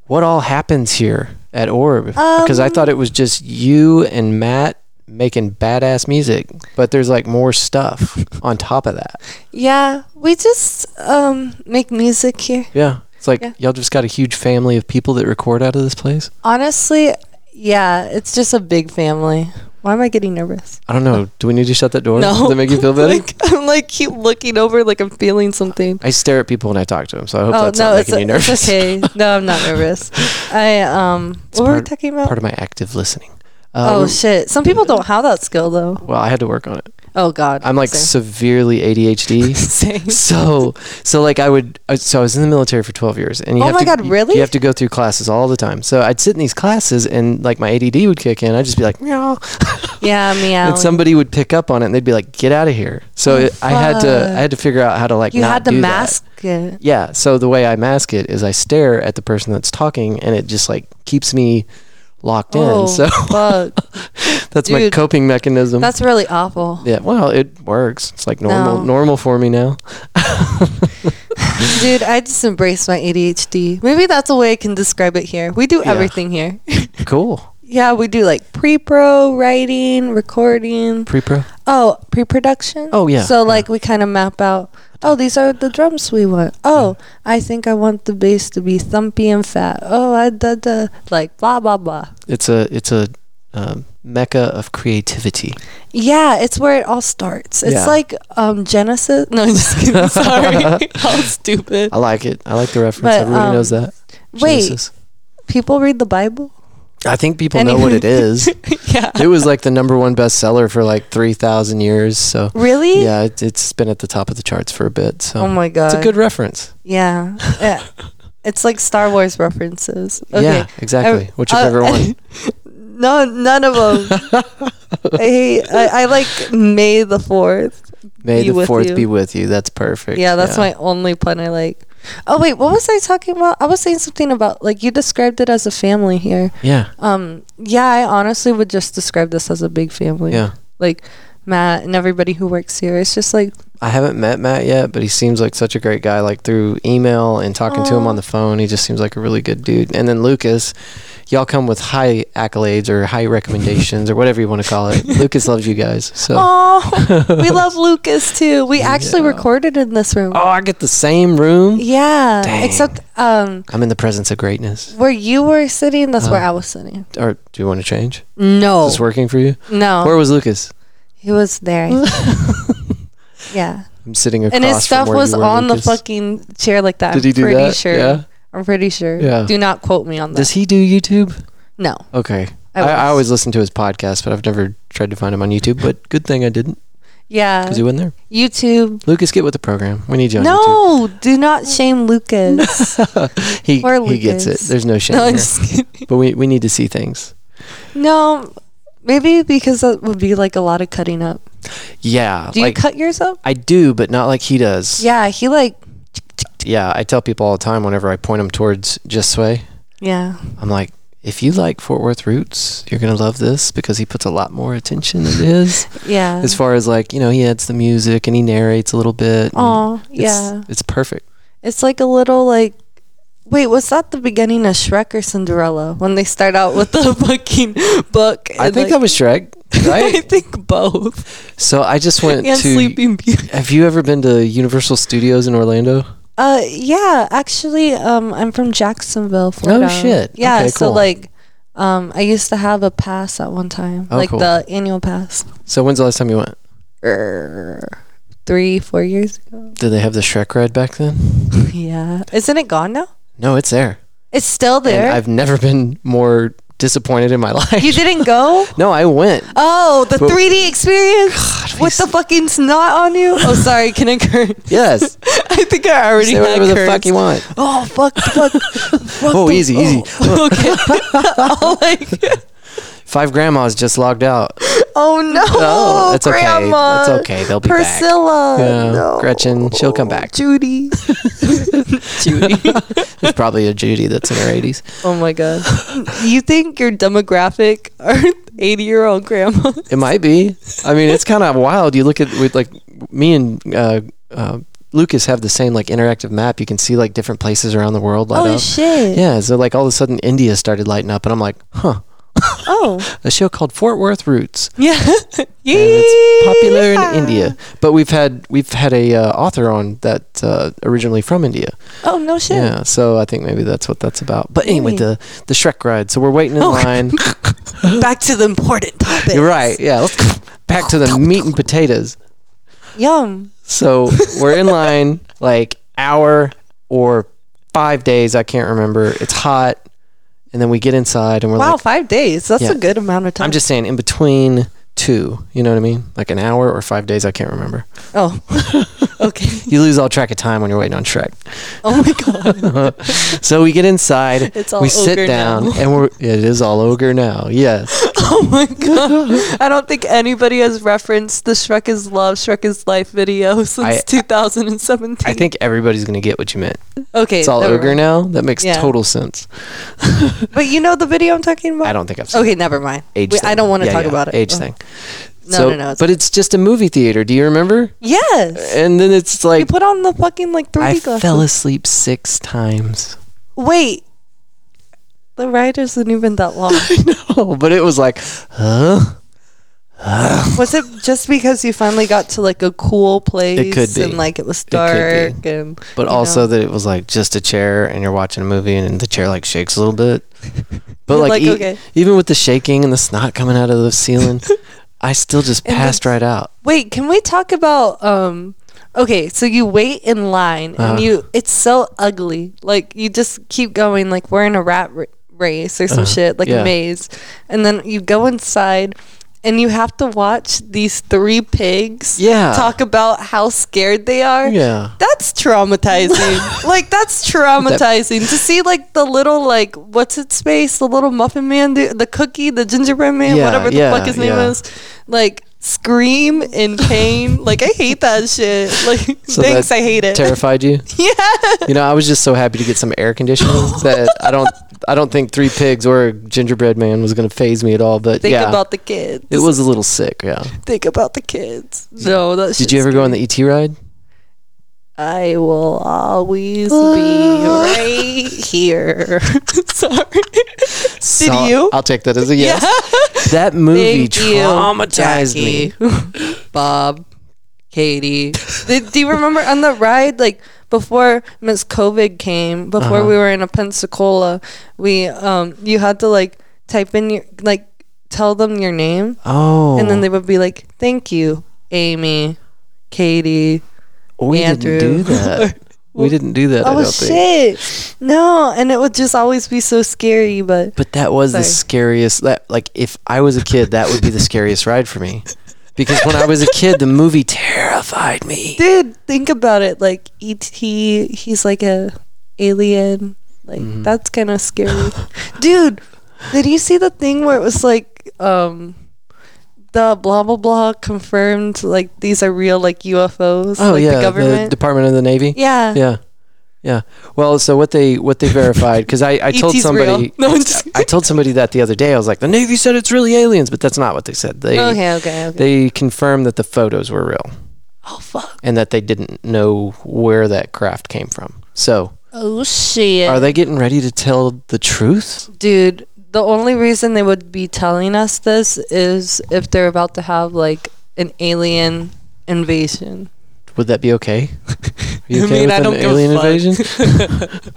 [SPEAKER 1] what all happens here at Orb? Because
[SPEAKER 2] Um,
[SPEAKER 1] I thought it was just you and Matt making badass music, but there's like more stuff on top of that.
[SPEAKER 2] Yeah, we just um make music here.
[SPEAKER 1] Yeah. It's like
[SPEAKER 2] Yeah.
[SPEAKER 1] y'all just got a huge family of people that record out of this place.
[SPEAKER 2] Honestly, yeah, it's just a big family. Why am I getting nervous?
[SPEAKER 1] I don't know. Do we need to shut that door? Does that make you feel better?
[SPEAKER 2] like, I'm like keep looking over like I'm feeling something.
[SPEAKER 1] I stare at people when I talk to them, so I hope
[SPEAKER 2] Oh
[SPEAKER 1] that's
[SPEAKER 2] no,
[SPEAKER 1] not
[SPEAKER 2] it's,
[SPEAKER 1] making you nervous.
[SPEAKER 2] it's okay. No, I'm not nervous. I um, what were we
[SPEAKER 1] part-
[SPEAKER 2] talking about?
[SPEAKER 1] Part of my active listening. Uh,
[SPEAKER 2] oh
[SPEAKER 1] we-
[SPEAKER 2] shit! Some people don't have that skill though.
[SPEAKER 1] well, I had to work on it.
[SPEAKER 2] Oh god.
[SPEAKER 1] I'm like
[SPEAKER 2] Same.
[SPEAKER 1] severely ADHD.
[SPEAKER 2] Same.
[SPEAKER 1] so, so like I would, I- so I was in the military for 12 years, and you
[SPEAKER 2] Oh
[SPEAKER 1] have
[SPEAKER 2] my
[SPEAKER 1] to,
[SPEAKER 2] God,
[SPEAKER 1] you-
[SPEAKER 2] really?
[SPEAKER 1] You have to go through classes all the time. So I'd sit in these classes, and like my ADD would kick in. I'd just be like, meow.
[SPEAKER 2] Yeah, meow.
[SPEAKER 1] and somebody would pick up on it and they'd be like get out of here so
[SPEAKER 2] Oh,
[SPEAKER 1] it, i had to i had to figure out how to like
[SPEAKER 2] you
[SPEAKER 1] not
[SPEAKER 2] had to
[SPEAKER 1] do that.
[SPEAKER 2] mask it.
[SPEAKER 1] yeah so the way i mask it is i stare at the person that's talking and it just like keeps me locked
[SPEAKER 2] Oh,
[SPEAKER 1] in so
[SPEAKER 2] fuck.
[SPEAKER 1] that's my
[SPEAKER 2] dude.
[SPEAKER 1] coping mechanism
[SPEAKER 2] That's really awful.
[SPEAKER 1] yeah well it works it's like normal
[SPEAKER 2] No.
[SPEAKER 1] normal for me now
[SPEAKER 2] Dude, I just embrace my ADHD. Maybe that's a way I can describe it here. We do
[SPEAKER 1] Yeah.
[SPEAKER 2] everything here.
[SPEAKER 1] cool
[SPEAKER 2] yeah, we do like pre pro writing, recording.
[SPEAKER 1] pre-pro
[SPEAKER 2] Oh, pre production?
[SPEAKER 1] Oh, yeah,
[SPEAKER 2] So,
[SPEAKER 1] yeah.
[SPEAKER 2] like, we kind of map out, oh, these are the drums we want.
[SPEAKER 1] Mm.
[SPEAKER 2] Oh, I think I want the bass to be thumpy and fat. Oh, I da da. Like, blah, blah, blah.
[SPEAKER 1] it's a it's a um, mecca of creativity
[SPEAKER 2] Yeah, it's where it all starts. It's
[SPEAKER 1] Yeah.
[SPEAKER 2] like um Genesis. No, I'm just kidding. Sorry. How stupid.
[SPEAKER 1] i like it i like the reference
[SPEAKER 2] But,
[SPEAKER 1] everybody
[SPEAKER 2] um,
[SPEAKER 1] knows that
[SPEAKER 2] Wait,
[SPEAKER 1] Genesis.
[SPEAKER 2] people read the Bible?
[SPEAKER 1] i think people
[SPEAKER 2] Any-
[SPEAKER 1] know what it is
[SPEAKER 2] yeah.
[SPEAKER 1] it was like the number one bestseller for like 3,000 years. So,
[SPEAKER 2] Really?
[SPEAKER 1] yeah, it, it's been at the top of the charts for a bit. So,
[SPEAKER 2] Oh my
[SPEAKER 1] it's
[SPEAKER 2] god.
[SPEAKER 1] a good reference.
[SPEAKER 2] Yeah. yeah. It's like Star Wars references. Okay.
[SPEAKER 1] Yeah, exactly.
[SPEAKER 2] I-
[SPEAKER 1] Which Whichever
[SPEAKER 2] uh,
[SPEAKER 1] one.
[SPEAKER 2] No, none of them. I, hate- I I like May the 4th.
[SPEAKER 1] May
[SPEAKER 2] be
[SPEAKER 1] the
[SPEAKER 2] with
[SPEAKER 1] 4th
[SPEAKER 2] you.
[SPEAKER 1] be with you. That's perfect.
[SPEAKER 2] Yeah, that's my only pun I like. Oh wait, what was I talking about? I was saying something about like you described it as a family here.
[SPEAKER 1] Yeah.
[SPEAKER 2] Um yeah, I honestly would just describe this as a big family.
[SPEAKER 1] Yeah.
[SPEAKER 2] like Matt and everybody who works here. It's just like
[SPEAKER 1] I haven't met Matt yet, but he seems like such a great guy. Like through email and talking to him
[SPEAKER 2] Aw.
[SPEAKER 1] on the phone, he just seems like a really good dude. And then Lucas, y'all come with high accolades or high recommendations or whatever you want to call it. Lucas loves you guys. So,
[SPEAKER 2] oh, we love Lucas too. We actually
[SPEAKER 1] Yeah.
[SPEAKER 2] recorded in this room.
[SPEAKER 1] oh, I get the same room.
[SPEAKER 2] Yeah,
[SPEAKER 1] Dang.
[SPEAKER 2] except um
[SPEAKER 1] I'm in the presence of greatness.
[SPEAKER 2] where you were sitting, that's where
[SPEAKER 1] Uh,
[SPEAKER 2] I was sitting.
[SPEAKER 1] Or do you want to change?
[SPEAKER 2] No,
[SPEAKER 1] Is this working for you?
[SPEAKER 2] no,
[SPEAKER 1] Where was Lucas?
[SPEAKER 2] he was there. I think. yeah,
[SPEAKER 1] I'm sitting across.
[SPEAKER 2] and his stuff
[SPEAKER 1] from where
[SPEAKER 2] was
[SPEAKER 1] you were,
[SPEAKER 2] on
[SPEAKER 1] Lucas.
[SPEAKER 2] the fucking chair like that.
[SPEAKER 1] Did
[SPEAKER 2] I'm
[SPEAKER 1] he do
[SPEAKER 2] pretty
[SPEAKER 1] that?
[SPEAKER 2] Sure.
[SPEAKER 1] Yeah.
[SPEAKER 2] I'm pretty sure.
[SPEAKER 1] Yeah.
[SPEAKER 2] Do not quote me on that.
[SPEAKER 1] Does he do YouTube?
[SPEAKER 2] no.
[SPEAKER 1] Okay. I,
[SPEAKER 2] I
[SPEAKER 1] I,
[SPEAKER 2] was.
[SPEAKER 1] always listen to his podcast, but I've never tried to find him on YouTube. But good thing I didn't
[SPEAKER 2] Yeah.
[SPEAKER 1] because he wasn't there.
[SPEAKER 2] YouTube.
[SPEAKER 1] Lucas, get with the program. We need you on
[SPEAKER 2] Uh, No, do not shame Lucas.
[SPEAKER 1] YouTube. He
[SPEAKER 2] Poor
[SPEAKER 1] he gets it.
[SPEAKER 2] Lucas.
[SPEAKER 1] There's no shame.
[SPEAKER 2] no, I'm
[SPEAKER 1] here.
[SPEAKER 2] just kidding.
[SPEAKER 1] But we, we need to see things.
[SPEAKER 2] No, maybe because that would be like a lot of cutting up.
[SPEAKER 1] Yeah.
[SPEAKER 2] Do you
[SPEAKER 1] like
[SPEAKER 2] cut yours up?
[SPEAKER 1] I do, but not like he does.
[SPEAKER 2] Yeah, he like.
[SPEAKER 1] Yeah. I tell people all the time whenever I point them towards Just Sway,
[SPEAKER 2] Yeah.
[SPEAKER 1] I'm like, if you like Fort Worth roots, you're gonna love this because he puts a lot more attention into his.
[SPEAKER 2] Yeah.
[SPEAKER 1] as far as like you know he adds the music and he narrates a little bit and
[SPEAKER 2] Aw,
[SPEAKER 1] it's,
[SPEAKER 2] yeah.
[SPEAKER 1] Mm. it's perfect
[SPEAKER 2] It's like a little like. Wait, was that the beginning of Shrek or Cinderella when they start out with the fucking book?
[SPEAKER 1] i
[SPEAKER 2] and,
[SPEAKER 1] think that
[SPEAKER 2] like-
[SPEAKER 1] was shrek
[SPEAKER 2] I
[SPEAKER 1] right
[SPEAKER 2] think both.
[SPEAKER 1] so i just went
[SPEAKER 2] And
[SPEAKER 1] to
[SPEAKER 2] Sleeping Beauty.
[SPEAKER 1] have you ever been to universal studios in orlando
[SPEAKER 2] Uh, yeah, actually, um, I'm from Jacksonville,
[SPEAKER 1] Oh,
[SPEAKER 2] Florida.
[SPEAKER 1] shit. Okay,
[SPEAKER 2] Yeah, so
[SPEAKER 1] cool.
[SPEAKER 2] like, um, I used to have a pass at one time,
[SPEAKER 1] Oh,
[SPEAKER 2] like
[SPEAKER 1] cool.
[SPEAKER 2] the annual pass.
[SPEAKER 1] so when's the last time you went
[SPEAKER 2] er, three, four years ago.
[SPEAKER 1] did they have the shrek ride back then
[SPEAKER 2] Yeah. Isn't it gone now?
[SPEAKER 1] no it's there
[SPEAKER 2] It's still
[SPEAKER 1] and
[SPEAKER 2] there.
[SPEAKER 1] i've never been more disappointed in my life
[SPEAKER 2] You didn't go?
[SPEAKER 1] no i went
[SPEAKER 2] Oh, the
[SPEAKER 1] But-
[SPEAKER 2] 3D experience with the fucking snot on you. Oh, sorry. Can I curse?
[SPEAKER 1] yes
[SPEAKER 2] I think I already
[SPEAKER 1] say
[SPEAKER 2] had
[SPEAKER 1] whatever the
[SPEAKER 2] cursed.
[SPEAKER 1] fuck you want
[SPEAKER 2] Oh, fuck, fuck, fuck
[SPEAKER 1] Oh,
[SPEAKER 2] the-
[SPEAKER 1] easy, easy.
[SPEAKER 2] oh, okay. oh, like,
[SPEAKER 1] five grandmas just logged out
[SPEAKER 2] oh no,
[SPEAKER 1] oh it's okay
[SPEAKER 2] grandma.
[SPEAKER 1] it's okay they'll be back
[SPEAKER 2] Priscilla,
[SPEAKER 1] Yeah,
[SPEAKER 2] no.
[SPEAKER 1] Gretchen, she'll come back.
[SPEAKER 2] Judy, Judy.
[SPEAKER 1] There's probably a Judy that's in her 80s.
[SPEAKER 2] Oh my god. you think your demographic are 80 year old grandma?
[SPEAKER 1] It might be. I mean, it's kind of wild. You look at with like me and uh, uh, Lucas have the same like interactive map. You can see like different places around the world light up.
[SPEAKER 2] Oh, shit.
[SPEAKER 1] Yeah, so like all of a sudden India started lighting up, and I'm like, huh,
[SPEAKER 2] Oh.
[SPEAKER 1] a show called Fort Worth Roots,
[SPEAKER 2] Yeah.
[SPEAKER 1] and it's popular
[SPEAKER 2] Yeehaw.
[SPEAKER 1] in India. But we've had we've had a uh, author on that uh, originally from India.
[SPEAKER 2] Oh, no shit.
[SPEAKER 1] Yeah, so I think maybe that's what that's about. But anyway,
[SPEAKER 2] Hey.
[SPEAKER 1] the the Shrek ride. So we're waiting in
[SPEAKER 2] Oh.
[SPEAKER 1] line.
[SPEAKER 2] Back to the important topic.
[SPEAKER 1] You're right. Yeah, let's go back to the meat and potatoes.
[SPEAKER 2] Yum.
[SPEAKER 1] So we're in line like hour or five days. I can't remember. It's hot. and then we get inside and we're
[SPEAKER 2] Wow,
[SPEAKER 1] like,
[SPEAKER 2] five days. That's
[SPEAKER 1] Yeah.
[SPEAKER 2] a good amount of time.
[SPEAKER 1] I'm just saying, in between two, you know what I mean? Like an hour or five days, I can't remember.
[SPEAKER 2] Oh, okay.
[SPEAKER 1] You lose all track of time when you're waiting on Shrek.
[SPEAKER 2] Oh my god.
[SPEAKER 1] So we get inside,
[SPEAKER 2] It's all
[SPEAKER 1] we sit
[SPEAKER 2] ogre
[SPEAKER 1] down,
[SPEAKER 2] now.
[SPEAKER 1] and we're it is all ogre now. Yes,
[SPEAKER 2] Oh my god. I don't think anybody has referenced the Shrek is Love, Shrek is Life video
[SPEAKER 1] I-
[SPEAKER 2] since 2017.
[SPEAKER 1] I think everybody's gonna get what you meant.
[SPEAKER 2] okay,
[SPEAKER 1] It's all
[SPEAKER 2] never
[SPEAKER 1] ogre
[SPEAKER 2] mind.
[SPEAKER 1] now. That makes
[SPEAKER 2] Yeah.
[SPEAKER 1] total sense.
[SPEAKER 2] But you know the video I'm talking about.
[SPEAKER 1] I don't think I've seen
[SPEAKER 2] Okay, never mind.
[SPEAKER 1] it. age.
[SPEAKER 2] We- Oh, I
[SPEAKER 1] thing.
[SPEAKER 2] don't want to
[SPEAKER 1] Yeah,
[SPEAKER 2] talk
[SPEAKER 1] yeah,
[SPEAKER 2] about it.
[SPEAKER 1] Age
[SPEAKER 2] Oh.
[SPEAKER 1] thing.
[SPEAKER 2] No, no, no, it's
[SPEAKER 1] but it's just a movie theater. Do you remember?
[SPEAKER 2] Yes.
[SPEAKER 1] And then it's
[SPEAKER 2] you
[SPEAKER 1] like
[SPEAKER 2] put on the fucking like 3D
[SPEAKER 1] I
[SPEAKER 2] glasses.
[SPEAKER 1] fell asleep six times.
[SPEAKER 2] Wait. The ride isn't even that long.
[SPEAKER 1] Oh, but it was like, huh?
[SPEAKER 2] was it just because you finally got to like a cool place?
[SPEAKER 1] could be.
[SPEAKER 2] And like it was
[SPEAKER 1] could be.
[SPEAKER 2] dark and
[SPEAKER 1] But
[SPEAKER 2] you
[SPEAKER 1] also
[SPEAKER 2] know?
[SPEAKER 1] that it was like just a chair and you're watching a movie and the chair like shakes a little bit. But
[SPEAKER 2] You're
[SPEAKER 1] like,
[SPEAKER 2] like,
[SPEAKER 1] e-
[SPEAKER 2] okay.
[SPEAKER 1] even with the shaking and the snot coming out of the ceiling, I still just
[SPEAKER 2] And
[SPEAKER 1] passed right out.
[SPEAKER 2] Wait, can we talk about um okay, so you wait in line
[SPEAKER 1] Uh-huh.
[SPEAKER 2] and you it's so ugly. Like you just keep going like we're in a rat r- race or some shit, like
[SPEAKER 1] Uh-huh. yeah.
[SPEAKER 2] a maze. And then you go inside and you have to watch these three pigs
[SPEAKER 1] Yeah.
[SPEAKER 2] talk about how scared they are.
[SPEAKER 1] Yeah.
[SPEAKER 2] That's traumatizing. like that's traumatizing to see like the little like what's its face, the little muffin man, the, the cookie, the gingerbread man,
[SPEAKER 1] Yeah,
[SPEAKER 2] whatever the
[SPEAKER 1] yeah,
[SPEAKER 2] fuck his name
[SPEAKER 1] yeah.
[SPEAKER 2] is, like scream in pain. like I hate that shit. Like
[SPEAKER 1] So
[SPEAKER 2] thanks,
[SPEAKER 1] that
[SPEAKER 2] I hate it.
[SPEAKER 1] Terrified you?
[SPEAKER 2] yeah.
[SPEAKER 1] You know, I was just so happy to get some air conditioning that I don't I don't think three pigs or a gingerbread man was gonna phase me at all. But
[SPEAKER 2] Think
[SPEAKER 1] yeah.
[SPEAKER 2] about the kids.
[SPEAKER 1] it was a little sick, yeah.
[SPEAKER 2] Think about the kids. No, that's.
[SPEAKER 1] Did you ever go on the ET ride?
[SPEAKER 2] I will always be right here. Sorry. Did
[SPEAKER 1] So-
[SPEAKER 2] you?
[SPEAKER 1] I'll take that as a yes. That movie
[SPEAKER 2] Thank you,
[SPEAKER 1] traumatized me.
[SPEAKER 2] Jackie, Bob, Katie. Do, do you remember on the ride, like before Miss COVID came, before
[SPEAKER 1] Uh-huh.
[SPEAKER 2] we were in a Pensacola, we um you had to like type in your like tell them your name,
[SPEAKER 1] Oh,
[SPEAKER 2] and then they would be like, "Thank you, Amy, Katie."
[SPEAKER 1] we
[SPEAKER 2] Andrew.
[SPEAKER 1] didn't do that. we didn't do that. I
[SPEAKER 2] Oh
[SPEAKER 1] don't think.
[SPEAKER 2] shit! No, and it would just always be so scary, but.
[SPEAKER 1] But that was the
[SPEAKER 2] Sorry.
[SPEAKER 1] scariest. That like if I was a kid, that would be the scariest ride for me, because when I was a kid, the movie terrified me.
[SPEAKER 2] dude think about it like et he's like a alien like
[SPEAKER 1] Mm-hmm.
[SPEAKER 2] that's kind of scary dude did you see the thing where it was like um the blah blah blah confirmed like these are real like ufos
[SPEAKER 1] Oh
[SPEAKER 2] like
[SPEAKER 1] yeah,
[SPEAKER 2] the government
[SPEAKER 1] Department of the Navy.
[SPEAKER 2] yeah,
[SPEAKER 1] yeah, yeah. Well, so what they what they verified because I I told
[SPEAKER 2] ET's E real.
[SPEAKER 1] somebody
[SPEAKER 2] No, I'm just
[SPEAKER 1] I told somebody that the other day. I was like, the Navy said it's really aliens, but that's not what they said. They
[SPEAKER 2] Oh, okay okay okay
[SPEAKER 1] they confirmed that the photos were real
[SPEAKER 2] oh fuck
[SPEAKER 1] and that they didn't know where that craft came from. So
[SPEAKER 2] oh shit
[SPEAKER 1] Are they getting ready to tell the truth?
[SPEAKER 2] dude the only reason they would be telling us this is if they're about to have like an alien invasion
[SPEAKER 1] Would that be okay? Are you
[SPEAKER 2] I
[SPEAKER 1] okay
[SPEAKER 2] mean,
[SPEAKER 1] with
[SPEAKER 2] I
[SPEAKER 1] an
[SPEAKER 2] don't give a
[SPEAKER 1] alien
[SPEAKER 2] fuck.
[SPEAKER 1] invasion?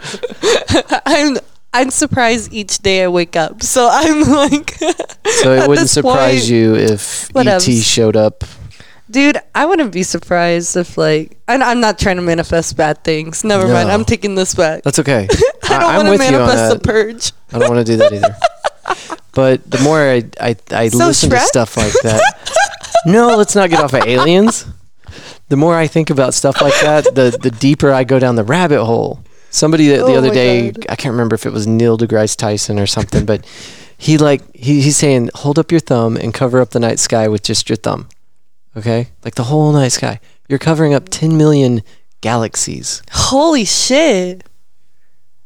[SPEAKER 2] I'm I'm surprised each day I wake up. So I'm like,
[SPEAKER 1] So
[SPEAKER 2] At
[SPEAKER 1] it wouldn't
[SPEAKER 2] this
[SPEAKER 1] surprise
[SPEAKER 2] point-
[SPEAKER 1] you if
[SPEAKER 2] What
[SPEAKER 1] ET
[SPEAKER 2] else?
[SPEAKER 1] showed up.
[SPEAKER 2] dude, I wouldn't be surprised if like, and I'm not trying to manifest bad things. Never mind.
[SPEAKER 1] No.
[SPEAKER 2] I'm taking this back.
[SPEAKER 1] That's okay.
[SPEAKER 2] I don't
[SPEAKER 1] I, am
[SPEAKER 2] want to
[SPEAKER 1] with you on
[SPEAKER 2] manifest the
[SPEAKER 1] that.
[SPEAKER 2] purge.
[SPEAKER 1] I don't want to do that either. But the more I I, I
[SPEAKER 2] So
[SPEAKER 1] listen to
[SPEAKER 2] Shrek?
[SPEAKER 1] stuff like that, no, let's not get off of aliens. The more I think about stuff like that, the the deeper I go down the rabbit hole. Somebody the, the
[SPEAKER 2] Oh
[SPEAKER 1] other
[SPEAKER 2] my
[SPEAKER 1] day,
[SPEAKER 2] God.
[SPEAKER 1] I can't remember if it was Neil deGrasse Tyson or something, but he like he, he's saying, hold up your thumb and cover up the night sky with just your thumb. Okay, like the whole night sky. You're covering up 10 million galaxies.
[SPEAKER 2] Holy shit!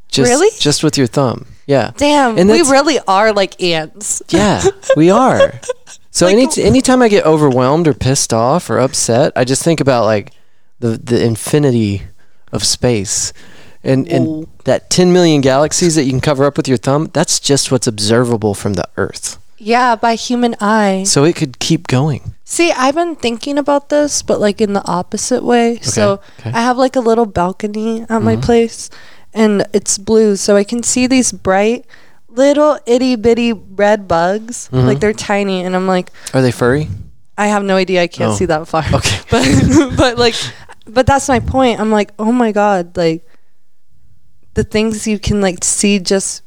[SPEAKER 1] Just,
[SPEAKER 2] Really?
[SPEAKER 1] Just with your thumb. Yeah.
[SPEAKER 2] Damn,
[SPEAKER 1] And
[SPEAKER 2] we
[SPEAKER 1] that's-
[SPEAKER 2] really are like ants.
[SPEAKER 1] Yeah, we are. So any anytime I get overwhelmed or pissed off or upset, I just think about like the the infinity of space. And and that 10 million galaxies that you can cover up with your thumb, that's just what's observable from the earth.
[SPEAKER 2] Yeah, by human eye.
[SPEAKER 1] So it could keep going.
[SPEAKER 2] See, I've been thinking about this, but like in the opposite way. So
[SPEAKER 1] okay. Mm-hmm.
[SPEAKER 2] I have like a little balcony at my place, and it's blue, so I can see these bright little itty bitty red bugs.
[SPEAKER 1] Mm-hmm.
[SPEAKER 2] Like they're tiny, and I'm like,
[SPEAKER 1] Are they furry?
[SPEAKER 2] I have no idea. I can't
[SPEAKER 1] Oh.
[SPEAKER 2] see that far.
[SPEAKER 1] Okay.
[SPEAKER 2] but but like, but that's my point. I'm like, oh my god, like the things you can like see just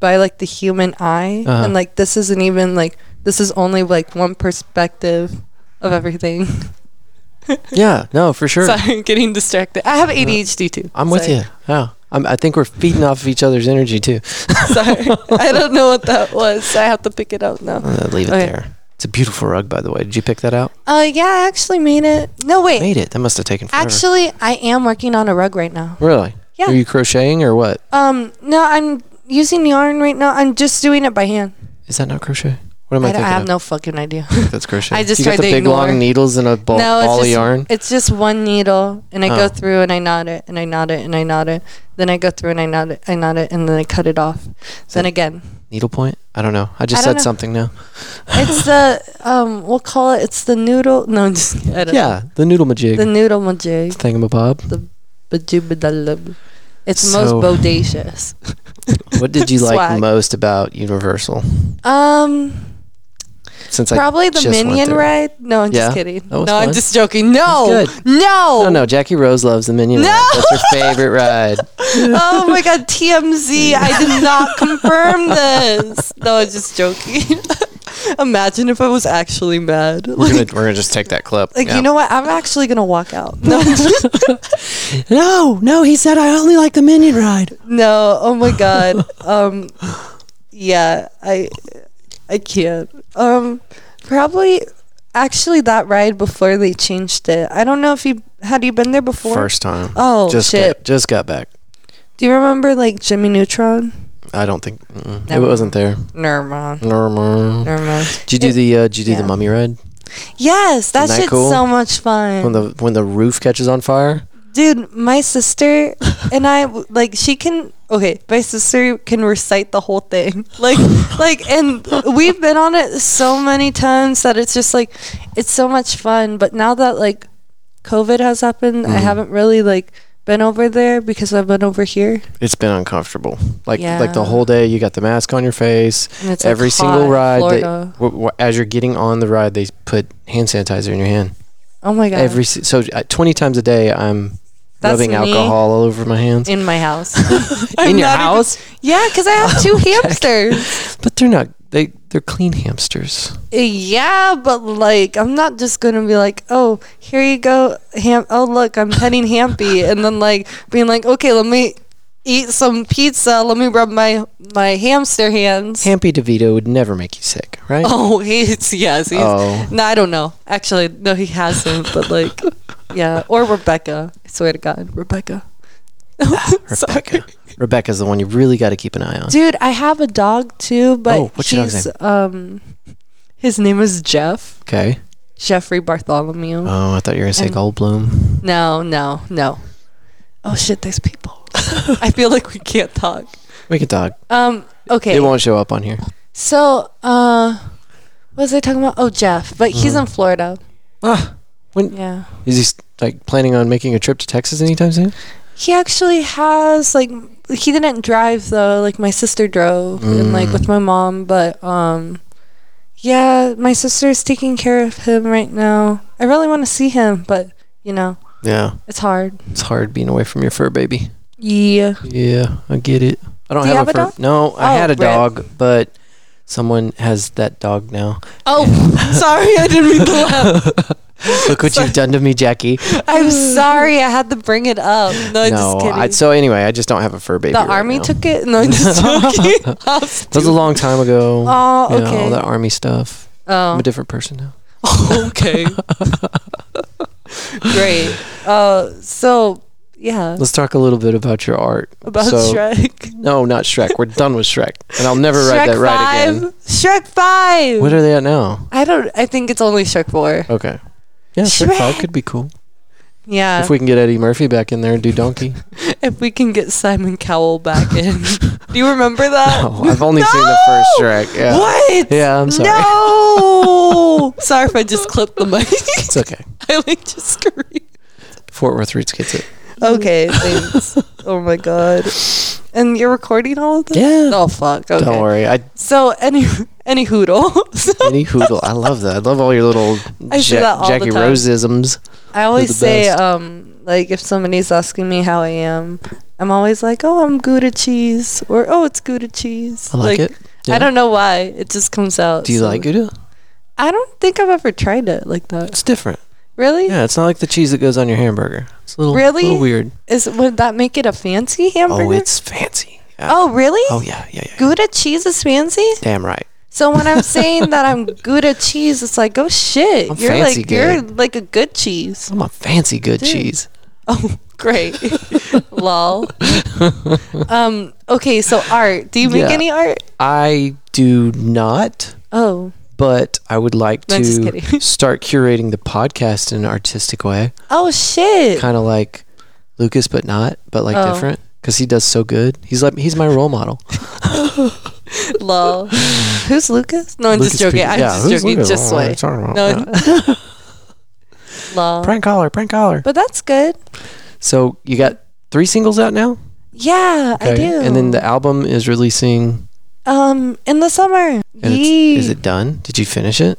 [SPEAKER 2] by like the human eye,
[SPEAKER 1] Uh-huh.
[SPEAKER 2] and like this isn't even like this is only like one perspective of everything.
[SPEAKER 1] Yeah, no, for sure. Uh,
[SPEAKER 2] Sorry, I'm getting distracted. I have ADHD too.
[SPEAKER 1] I'm with
[SPEAKER 2] Sorry.
[SPEAKER 1] you. Yeah. I'm, I think we're feeding off of each other's energy too.
[SPEAKER 2] Sorry, I don't know what that was. I have to pick it up now.
[SPEAKER 1] Uh, leave it
[SPEAKER 2] Okay.
[SPEAKER 1] there. It's a beautiful rug, by the way. Did you pick that out?
[SPEAKER 2] Uh, yeah, I actually made it. No, wait.
[SPEAKER 1] Made it. That must have taken forever.
[SPEAKER 2] Actually, I am working on a rug right now.
[SPEAKER 1] really?
[SPEAKER 2] Yeah.
[SPEAKER 1] Are you crocheting or what?
[SPEAKER 2] Um, no, I'm using yarn right now. I'm just doing it by hand.
[SPEAKER 1] Is that not crochet? What am I,
[SPEAKER 2] I, don't-
[SPEAKER 1] thinking
[SPEAKER 2] I have
[SPEAKER 1] of?
[SPEAKER 2] no fucking idea.
[SPEAKER 1] That's crochet.
[SPEAKER 2] I just
[SPEAKER 1] you got
[SPEAKER 2] tried
[SPEAKER 1] the
[SPEAKER 2] to
[SPEAKER 1] big
[SPEAKER 2] ignore.
[SPEAKER 1] long needles and a ball,
[SPEAKER 2] no, it's
[SPEAKER 1] ball of
[SPEAKER 2] just,
[SPEAKER 1] yarn.
[SPEAKER 2] It's just one needle, and I
[SPEAKER 1] Oh.
[SPEAKER 2] go through and I knot it, and I knot it, and I knot it. Then I go through and I knot it, I knot it, and then I cut it off. Then
[SPEAKER 1] that-
[SPEAKER 2] again,
[SPEAKER 1] Needlepoint? I don't know. I just
[SPEAKER 2] I
[SPEAKER 1] said
[SPEAKER 2] don't know.
[SPEAKER 1] something now.
[SPEAKER 2] it's the um, we'll call it. It's the noodle. No, I'm just kidding. I don't
[SPEAKER 1] Yeah, the noodle
[SPEAKER 2] know.
[SPEAKER 1] majig.
[SPEAKER 2] the noodle majig.
[SPEAKER 1] thingamabob.
[SPEAKER 2] Bajubadalub. It's
[SPEAKER 1] So-
[SPEAKER 2] most bodacious.
[SPEAKER 1] What did you like
[SPEAKER 2] Swag.
[SPEAKER 1] most about Universal?
[SPEAKER 2] Um,
[SPEAKER 1] Since I
[SPEAKER 2] probably the
[SPEAKER 1] just went
[SPEAKER 2] minion
[SPEAKER 1] there.
[SPEAKER 2] ride. No, I'm
[SPEAKER 1] Yeah,
[SPEAKER 2] just kidding.
[SPEAKER 1] that
[SPEAKER 2] No,
[SPEAKER 1] was
[SPEAKER 2] I'm
[SPEAKER 1] fun.
[SPEAKER 2] just joking. No,
[SPEAKER 1] That was
[SPEAKER 2] no,
[SPEAKER 1] No, no, Jackie Rose loves the Minion
[SPEAKER 2] No!
[SPEAKER 1] ride. That's her favorite ride.
[SPEAKER 2] oh my god, TMZ. I did not confirm this. No, I'm just joking. Imagine if I was actually mad.
[SPEAKER 1] We're
[SPEAKER 2] Like,
[SPEAKER 1] gonna, we're gonna just take that clip.
[SPEAKER 2] like
[SPEAKER 1] Yeah.
[SPEAKER 2] you know what? I'm actually gonna walk out. No,
[SPEAKER 1] No, no, he said I only like the Minion ride.
[SPEAKER 2] no. Oh my god. Um, yeah, I, I can't. Um, probably, actually, that ride before they changed it. I don't know if you had you been there before.
[SPEAKER 1] First time.
[SPEAKER 2] Oh
[SPEAKER 1] just
[SPEAKER 2] shit.
[SPEAKER 1] Got, just got back.
[SPEAKER 2] Do you remember like Jimmy Neutron?
[SPEAKER 1] I don't think mm, it
[SPEAKER 2] Never
[SPEAKER 1] wasn't there.
[SPEAKER 2] Never mind.
[SPEAKER 1] Normal.
[SPEAKER 2] Never mind.
[SPEAKER 1] Did you do the uh, Did you do
[SPEAKER 2] yeah.
[SPEAKER 1] the mummy ride
[SPEAKER 2] Yes, that
[SPEAKER 1] Isn't that
[SPEAKER 2] shit's
[SPEAKER 1] cool?
[SPEAKER 2] so much fun.
[SPEAKER 1] when the when the roof catches on fire?
[SPEAKER 2] Dude, my sister and I like she can okay, my sister can recite the whole thing. Like like and we've been on it so many times that it's just like it's so much fun, but now that like COVID has happened,
[SPEAKER 1] Mm-hmm.
[SPEAKER 2] I haven't really like been over there because I've been over here.
[SPEAKER 1] It's been uncomfortable. Like like the
[SPEAKER 2] Yeah.
[SPEAKER 1] whole day. You got the mask on your face.
[SPEAKER 2] And it's like,
[SPEAKER 1] Every
[SPEAKER 2] hot
[SPEAKER 1] single
[SPEAKER 2] in
[SPEAKER 1] ride, they,
[SPEAKER 2] Florida.
[SPEAKER 1] w- w- as you're getting on the ride, they put hand sanitizer in your hand.
[SPEAKER 2] oh my god.
[SPEAKER 1] Every si- so uh, twenty times a day, I'm
[SPEAKER 2] That's
[SPEAKER 1] rubbing
[SPEAKER 2] me.
[SPEAKER 1] alcohol all over my hands.
[SPEAKER 2] in my house.
[SPEAKER 1] in
[SPEAKER 2] I'm
[SPEAKER 1] your
[SPEAKER 2] not even-
[SPEAKER 1] house,
[SPEAKER 2] yeah, cuz I have two hamsters.
[SPEAKER 1] but they're not. They they're clean hamsters.
[SPEAKER 2] Uh, Yeah, but like I'm not just gonna be like, oh, here you go, ham. Oh, look, I'm petting Hampy, and then like being like, okay, let me eat some pizza. Let me rub my my hamster hands.
[SPEAKER 1] Hampy DeVito would never make you sick, right?
[SPEAKER 2] oh, he's yes, he's.
[SPEAKER 1] Oh.
[SPEAKER 2] No, I don't know. Actually, no, he hasn't. But like, yeah, or Rebecca. I swear to God, Rebecca.
[SPEAKER 1] Ah, Rebecca. Rebecca's the one you really got to keep an eye on.
[SPEAKER 2] Dude, I have a dog too, but
[SPEAKER 1] Oh, what's your dog's
[SPEAKER 2] he's um, his name is Jeff
[SPEAKER 1] Okay.
[SPEAKER 2] Jeffrey Bartholomew.
[SPEAKER 1] Oh, I thought you were gonna say
[SPEAKER 2] And-
[SPEAKER 1] Goldblum.
[SPEAKER 2] No, no, no. Oh shit, there's people. I feel like we can't talk.
[SPEAKER 1] We can talk.
[SPEAKER 2] Um, okay.
[SPEAKER 1] It won't show up on here.
[SPEAKER 2] So, uh, what was I talking about? Oh, Jeff, but
[SPEAKER 1] Mm-hmm.
[SPEAKER 2] he's in Florida.
[SPEAKER 1] Ah, when
[SPEAKER 2] Yeah.
[SPEAKER 1] is he s- like planning on making a trip to Texas anytime soon?
[SPEAKER 2] He actually has like he didn't drive though, like my sister drove and
[SPEAKER 1] Mm.
[SPEAKER 2] like with my mom, but um yeah, my sister's taking care of him right now. I really want to see him, but you know,
[SPEAKER 1] Yeah,
[SPEAKER 2] it's hard.
[SPEAKER 1] it's hard being away from your fur baby.
[SPEAKER 2] Yeah.
[SPEAKER 1] Yeah, I get it. I don't
[SPEAKER 2] Do you
[SPEAKER 1] have, a,
[SPEAKER 2] have a
[SPEAKER 1] fur.
[SPEAKER 2] dog?
[SPEAKER 1] No, I
[SPEAKER 2] Oh,
[SPEAKER 1] had a
[SPEAKER 2] rip.
[SPEAKER 1] dog, but someone has that dog now.
[SPEAKER 2] Oh, sorry, I didn't mean to laugh.
[SPEAKER 1] Look what you've done to me, Jackie.
[SPEAKER 2] I'm sorry, I had to bring it up. No, I'm just
[SPEAKER 1] no,
[SPEAKER 2] kidding.
[SPEAKER 1] I, so anyway, I just don't have a fur baby.
[SPEAKER 2] the
[SPEAKER 1] right
[SPEAKER 2] army
[SPEAKER 1] now.
[SPEAKER 2] took it. No, I'm just joking. I was
[SPEAKER 1] That was a
[SPEAKER 2] too-
[SPEAKER 1] long time ago.
[SPEAKER 2] Oh,
[SPEAKER 1] You know, all
[SPEAKER 2] okay.
[SPEAKER 1] that army stuff. I'm
[SPEAKER 2] Oh,
[SPEAKER 1] a different person now.
[SPEAKER 2] okay. Great. Uh, so yeah,
[SPEAKER 1] Let's talk a little bit about your art.
[SPEAKER 2] about
[SPEAKER 1] So-
[SPEAKER 2] Shrek.
[SPEAKER 1] No, not Shrek. We're done with Shrek, and I'll never write that
[SPEAKER 2] Shrek
[SPEAKER 1] right
[SPEAKER 2] five.
[SPEAKER 1] again.
[SPEAKER 2] Shrek five.
[SPEAKER 1] What are they at now?
[SPEAKER 2] I don't. I think it's only Shrek four.
[SPEAKER 1] Okay. Yeah, Shrek, Five
[SPEAKER 2] Shrek. Uh,
[SPEAKER 1] could be cool
[SPEAKER 2] Yeah.
[SPEAKER 1] if we can get Eddie Murphy back in there and do Donkey.
[SPEAKER 2] can get Simon Cowell back in. Do you remember that?
[SPEAKER 1] Oh, I've only seen the first
[SPEAKER 2] No!
[SPEAKER 1] Shrek. Yeah.
[SPEAKER 2] What?
[SPEAKER 1] Yeah, I'm sorry.
[SPEAKER 2] No. sorry if I just clipped the mic.
[SPEAKER 1] It's okay.
[SPEAKER 2] I like just screamed.
[SPEAKER 1] Fort Worth Roots gets it.
[SPEAKER 2] Okay, thanks. oh my god. And you're recording all of this?
[SPEAKER 1] Yeah.
[SPEAKER 2] Oh fuck. Okay.
[SPEAKER 1] Don't worry. I
[SPEAKER 2] So any any hoodle. So,
[SPEAKER 1] Eddie Hoodle. I love that. I love all your little
[SPEAKER 2] I see that all the
[SPEAKER 1] Jackie
[SPEAKER 2] time.
[SPEAKER 1] Roseisms.
[SPEAKER 2] I always
[SPEAKER 1] They're the
[SPEAKER 2] say
[SPEAKER 1] best.
[SPEAKER 2] um like if somebody's asking me how I am, I'm I'm always like, oh, I'm Gouda cheese, or oh, it's Gouda cheese.
[SPEAKER 1] I like, it. Yeah.
[SPEAKER 2] I don't know why. It just comes out.
[SPEAKER 1] Do you
[SPEAKER 2] so-
[SPEAKER 1] like Gouda?
[SPEAKER 2] I don't think I've ever tried it like that.
[SPEAKER 1] It's different.
[SPEAKER 2] Really?
[SPEAKER 1] Yeah, it's not like the cheese that goes on your hamburger. It's a little,
[SPEAKER 2] Really?
[SPEAKER 1] little weird.
[SPEAKER 2] Is would that make it a fancy hamburger?
[SPEAKER 1] Oh, it's fancy. Yeah.
[SPEAKER 2] Oh, really?
[SPEAKER 1] Oh, yeah, yeah, yeah.
[SPEAKER 2] Gouda cheese is fancy.
[SPEAKER 1] Damn right.
[SPEAKER 2] So when I'm saying that I'm Gouda cheese, it's like, oh shit,
[SPEAKER 1] I'm
[SPEAKER 2] you're
[SPEAKER 1] fancy
[SPEAKER 2] like you're
[SPEAKER 1] good.
[SPEAKER 2] like a good cheese.
[SPEAKER 1] I'm a fancy good cheese.
[SPEAKER 2] Oh, great, lol. um, okay, so art. Do you make
[SPEAKER 1] Yeah.
[SPEAKER 2] any art?
[SPEAKER 1] I do not,
[SPEAKER 2] Oh,
[SPEAKER 1] but I would like
[SPEAKER 2] No,
[SPEAKER 1] to
[SPEAKER 2] just kidding.
[SPEAKER 1] start curating the podcast in an artistic way,
[SPEAKER 2] oh shit.
[SPEAKER 1] kind of like Lucas, but not, but like
[SPEAKER 2] Oh.
[SPEAKER 1] different, because he does so good. He's like he's my role model.
[SPEAKER 2] Lol. Who's Lucas? No, I'm
[SPEAKER 1] Lucas
[SPEAKER 2] just joking.
[SPEAKER 1] Pe-
[SPEAKER 2] I'm
[SPEAKER 1] yeah,
[SPEAKER 2] just
[SPEAKER 1] who's
[SPEAKER 2] joking.
[SPEAKER 1] Lucas? Oh,
[SPEAKER 2] Just
[SPEAKER 1] What are
[SPEAKER 2] sway.
[SPEAKER 1] you talking about?
[SPEAKER 2] No. I'm- Lol.
[SPEAKER 1] Prank caller, prank caller.
[SPEAKER 2] But that's good.
[SPEAKER 1] So you got three singles out now,
[SPEAKER 2] Yeah, I do.
[SPEAKER 1] And then the album is releasing.
[SPEAKER 2] um in the summer.
[SPEAKER 1] And
[SPEAKER 2] Yee.
[SPEAKER 1] it's, is it done? Did you finish it?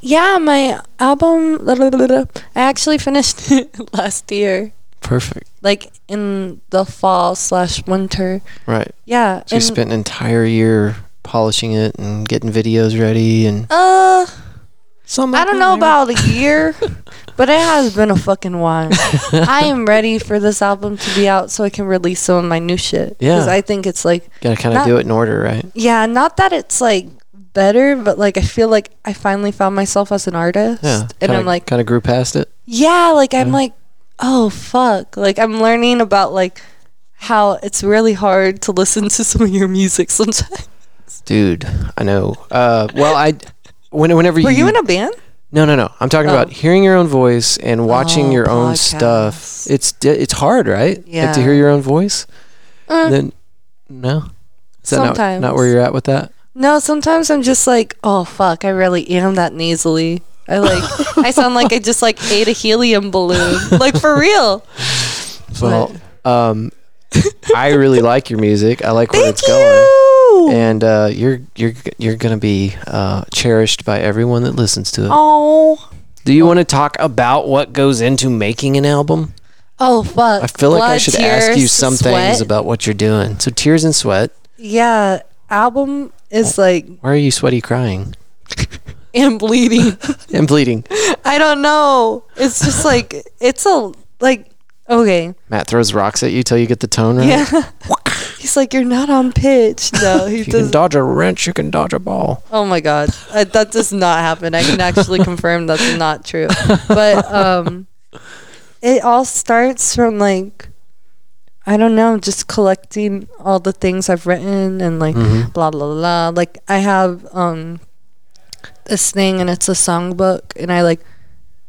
[SPEAKER 2] Yeah, my album. I actually finished it last year,
[SPEAKER 1] Perfect.
[SPEAKER 2] like in the fall slash winter.
[SPEAKER 1] Right.
[SPEAKER 2] Yeah.
[SPEAKER 1] So you spent an entire year polishing it and getting videos ready and
[SPEAKER 2] uh,
[SPEAKER 1] some.
[SPEAKER 2] I don't know about a year, but it has been a fucking while. I am ready for this album to be out so I can release some of my new shit.
[SPEAKER 1] Yeah.
[SPEAKER 2] I think it's like,
[SPEAKER 1] Gotta kind of
[SPEAKER 2] not-
[SPEAKER 1] do it in order, right?
[SPEAKER 2] yeah, not that it's like better, but like I feel like I finally found myself as an artist.
[SPEAKER 1] Yeah.
[SPEAKER 2] And I'm like,
[SPEAKER 1] kind of grew past it.
[SPEAKER 2] yeah, like I'm
[SPEAKER 1] Yeah.
[SPEAKER 2] like, oh fuck. Like I'm learning about like how it's really hard to listen to some of your music sometimes.
[SPEAKER 1] Dude, I know. Uh, well, I. When, whenever
[SPEAKER 2] Were you in a band?
[SPEAKER 1] No, no, no. I'm talking
[SPEAKER 2] Oh.
[SPEAKER 1] about hearing your own voice and watching
[SPEAKER 2] Oh,
[SPEAKER 1] your own
[SPEAKER 2] podcasts.
[SPEAKER 1] stuff. It's di- it's hard, right? Like to
[SPEAKER 2] Yeah.
[SPEAKER 1] hear your own voice.
[SPEAKER 2] Uh.
[SPEAKER 1] Then no. Is that not,
[SPEAKER 2] Sometimes.
[SPEAKER 1] not where you're at with that?
[SPEAKER 2] No, sometimes I'm just like, oh fuck, I really am that nasally. I like I sound like I just like ate a helium balloon. Like for real.
[SPEAKER 1] Well, um, I really like your music. I like where
[SPEAKER 2] Thank
[SPEAKER 1] it's going.
[SPEAKER 2] you.
[SPEAKER 1] And uh, you're you're you're gonna be uh, cherished by everyone that listens to it.
[SPEAKER 2] oh.
[SPEAKER 1] Do you want to talk about what goes into making an album?
[SPEAKER 2] Oh fuck.
[SPEAKER 1] I feel like I
[SPEAKER 2] Blood,
[SPEAKER 1] should ask
[SPEAKER 2] tears,
[SPEAKER 1] you some
[SPEAKER 2] sweat.
[SPEAKER 1] things about what you're doing. So tears and sweat.
[SPEAKER 2] Yeah. Album is like
[SPEAKER 1] Why are you sweaty crying
[SPEAKER 2] and bleeding.
[SPEAKER 1] and bleeding?
[SPEAKER 2] I don't know. It's just like it's a like okay.
[SPEAKER 1] Matt throws rocks at you till you get the tone right.
[SPEAKER 2] Yeah. He's like, You're not on pitch. No, he
[SPEAKER 1] If you can
[SPEAKER 2] does
[SPEAKER 1] dodge a wrench, you can dodge a ball.
[SPEAKER 2] Oh my god, uh, that does not happen. I can actually confirm that's not true. But um, it all starts from like I don't know, just collecting all the things I've written and like
[SPEAKER 1] Mm-hmm.
[SPEAKER 2] blah blah blah. Like I have um this thing and it's a songbook and I like